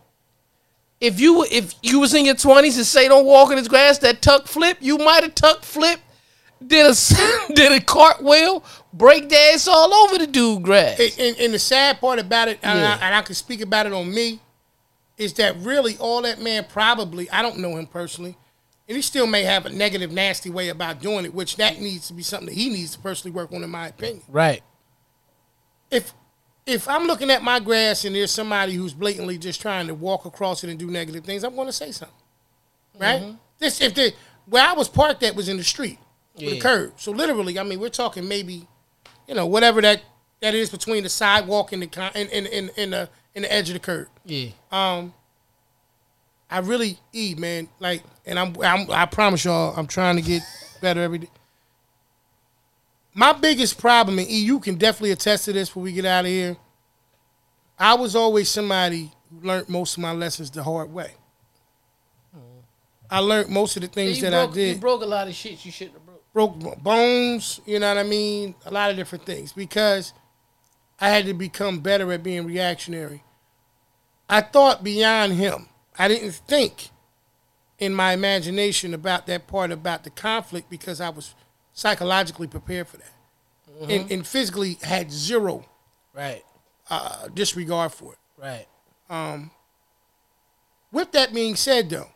A: If you were- if you was in your twenties and say don't walk in this grass, that tuck flip, you might have tuck flip, did a s- did a cartwheel, break dance all over the dude grass.
C: And, and, and the sad part about it, and,
A: Yeah.
C: I, and I can speak about it on me, is that really all that man probably, I don't know him personally, and he still may have a negative, nasty way about doing it, which that needs to be something that he needs to personally work on, in my opinion.
F: Right.
C: if if I'm looking at my grass and there's somebody who's blatantly just trying to walk across it and do negative things, I'm going to say something, right? This if the where I was parked at was in the street with a
A: Yeah.
C: curb, so literally, I mean, we're talking maybe, you know, whatever that that is between the sidewalk and the con- and, and, and, and the and the edge of the curb.
A: yeah,
C: Um, I really e man like, and I'm, I'm I promise y'all I'm trying to get better every day. My biggest problem, and e you can definitely attest to this when we get out of here. I was always somebody who learned most of my lessons the hard way. I learned most of the
A: Mm.
C: things
A: you,
C: that
A: broke,
C: I did
A: you broke a lot of shit you shouldn't have broke.
C: broke b- bones, you know what I mean? A lot of different things because I had to become better at being reactionary. I thought beyond him. I didn't think in my imagination about that part about the conflict because I was psychologically prepared for that. And, and physically had zero
A: Right,
C: uh, disregard for it.
A: right.
C: With that being said, though,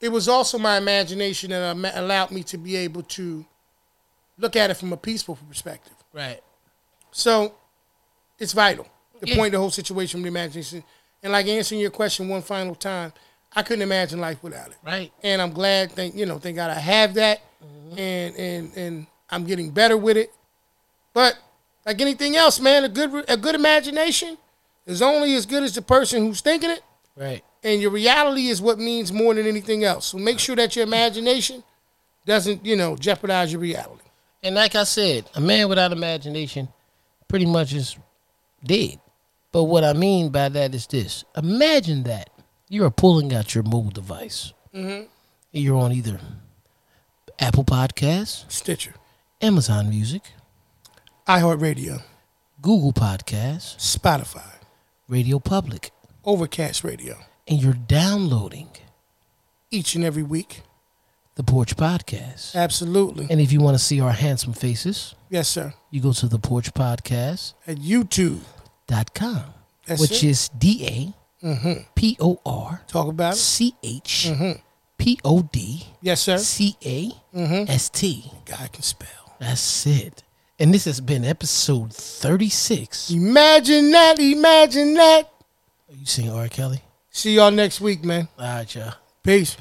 C: it was also my imagination that ama- allowed me to be able to look at it from a peaceful perspective.
A: Right.
C: So it's vital to
A: Yeah.
C: point the whole situation from the imagination. And like answering your question one final time, I couldn't imagine life without it.
A: Right.
C: And I'm glad, thank you know, thank God I have that,
A: Mm-hmm.
C: and and and I'm getting better with it. But like anything else, man, a good a good imagination is only as good as the person who's thinking it
A: Right.
C: and your reality is what means more than anything else. So make sure that your imagination doesn't, you know, jeopardize your reality.
F: And like I said, a man without imagination pretty much is dead.
A: But what I mean by that is this: imagine that you are pulling out your mobile device.
C: Mm-hmm.
A: And you're on either Apple Podcasts,
C: Stitcher,
A: Amazon Music,
C: iHeartRadio,
A: Google Podcasts,
C: Spotify,
A: Radio Public,
C: Overcast Radio.
A: and you're downloading
C: Each and every week.
A: the Porch Podcast.
C: Absolutely.
A: And if you want to see our handsome faces,
C: Yes, sir.
A: you go to the Porch Podcast.
C: At YouTube.
A: dot com,
C: That's
A: which
C: it. Mm-hmm.
A: is D A P O R
C: Talk about it.
A: C H P O D
C: Yes, sir.
A: C A S T.
C: God can spell.
A: That's it. And this has been episode 36. Are
C: Imagine that. Imagine that.
A: you seeing R. Kelly?
C: See y'all next week, man.
A: All right, y'all.
C: Peace.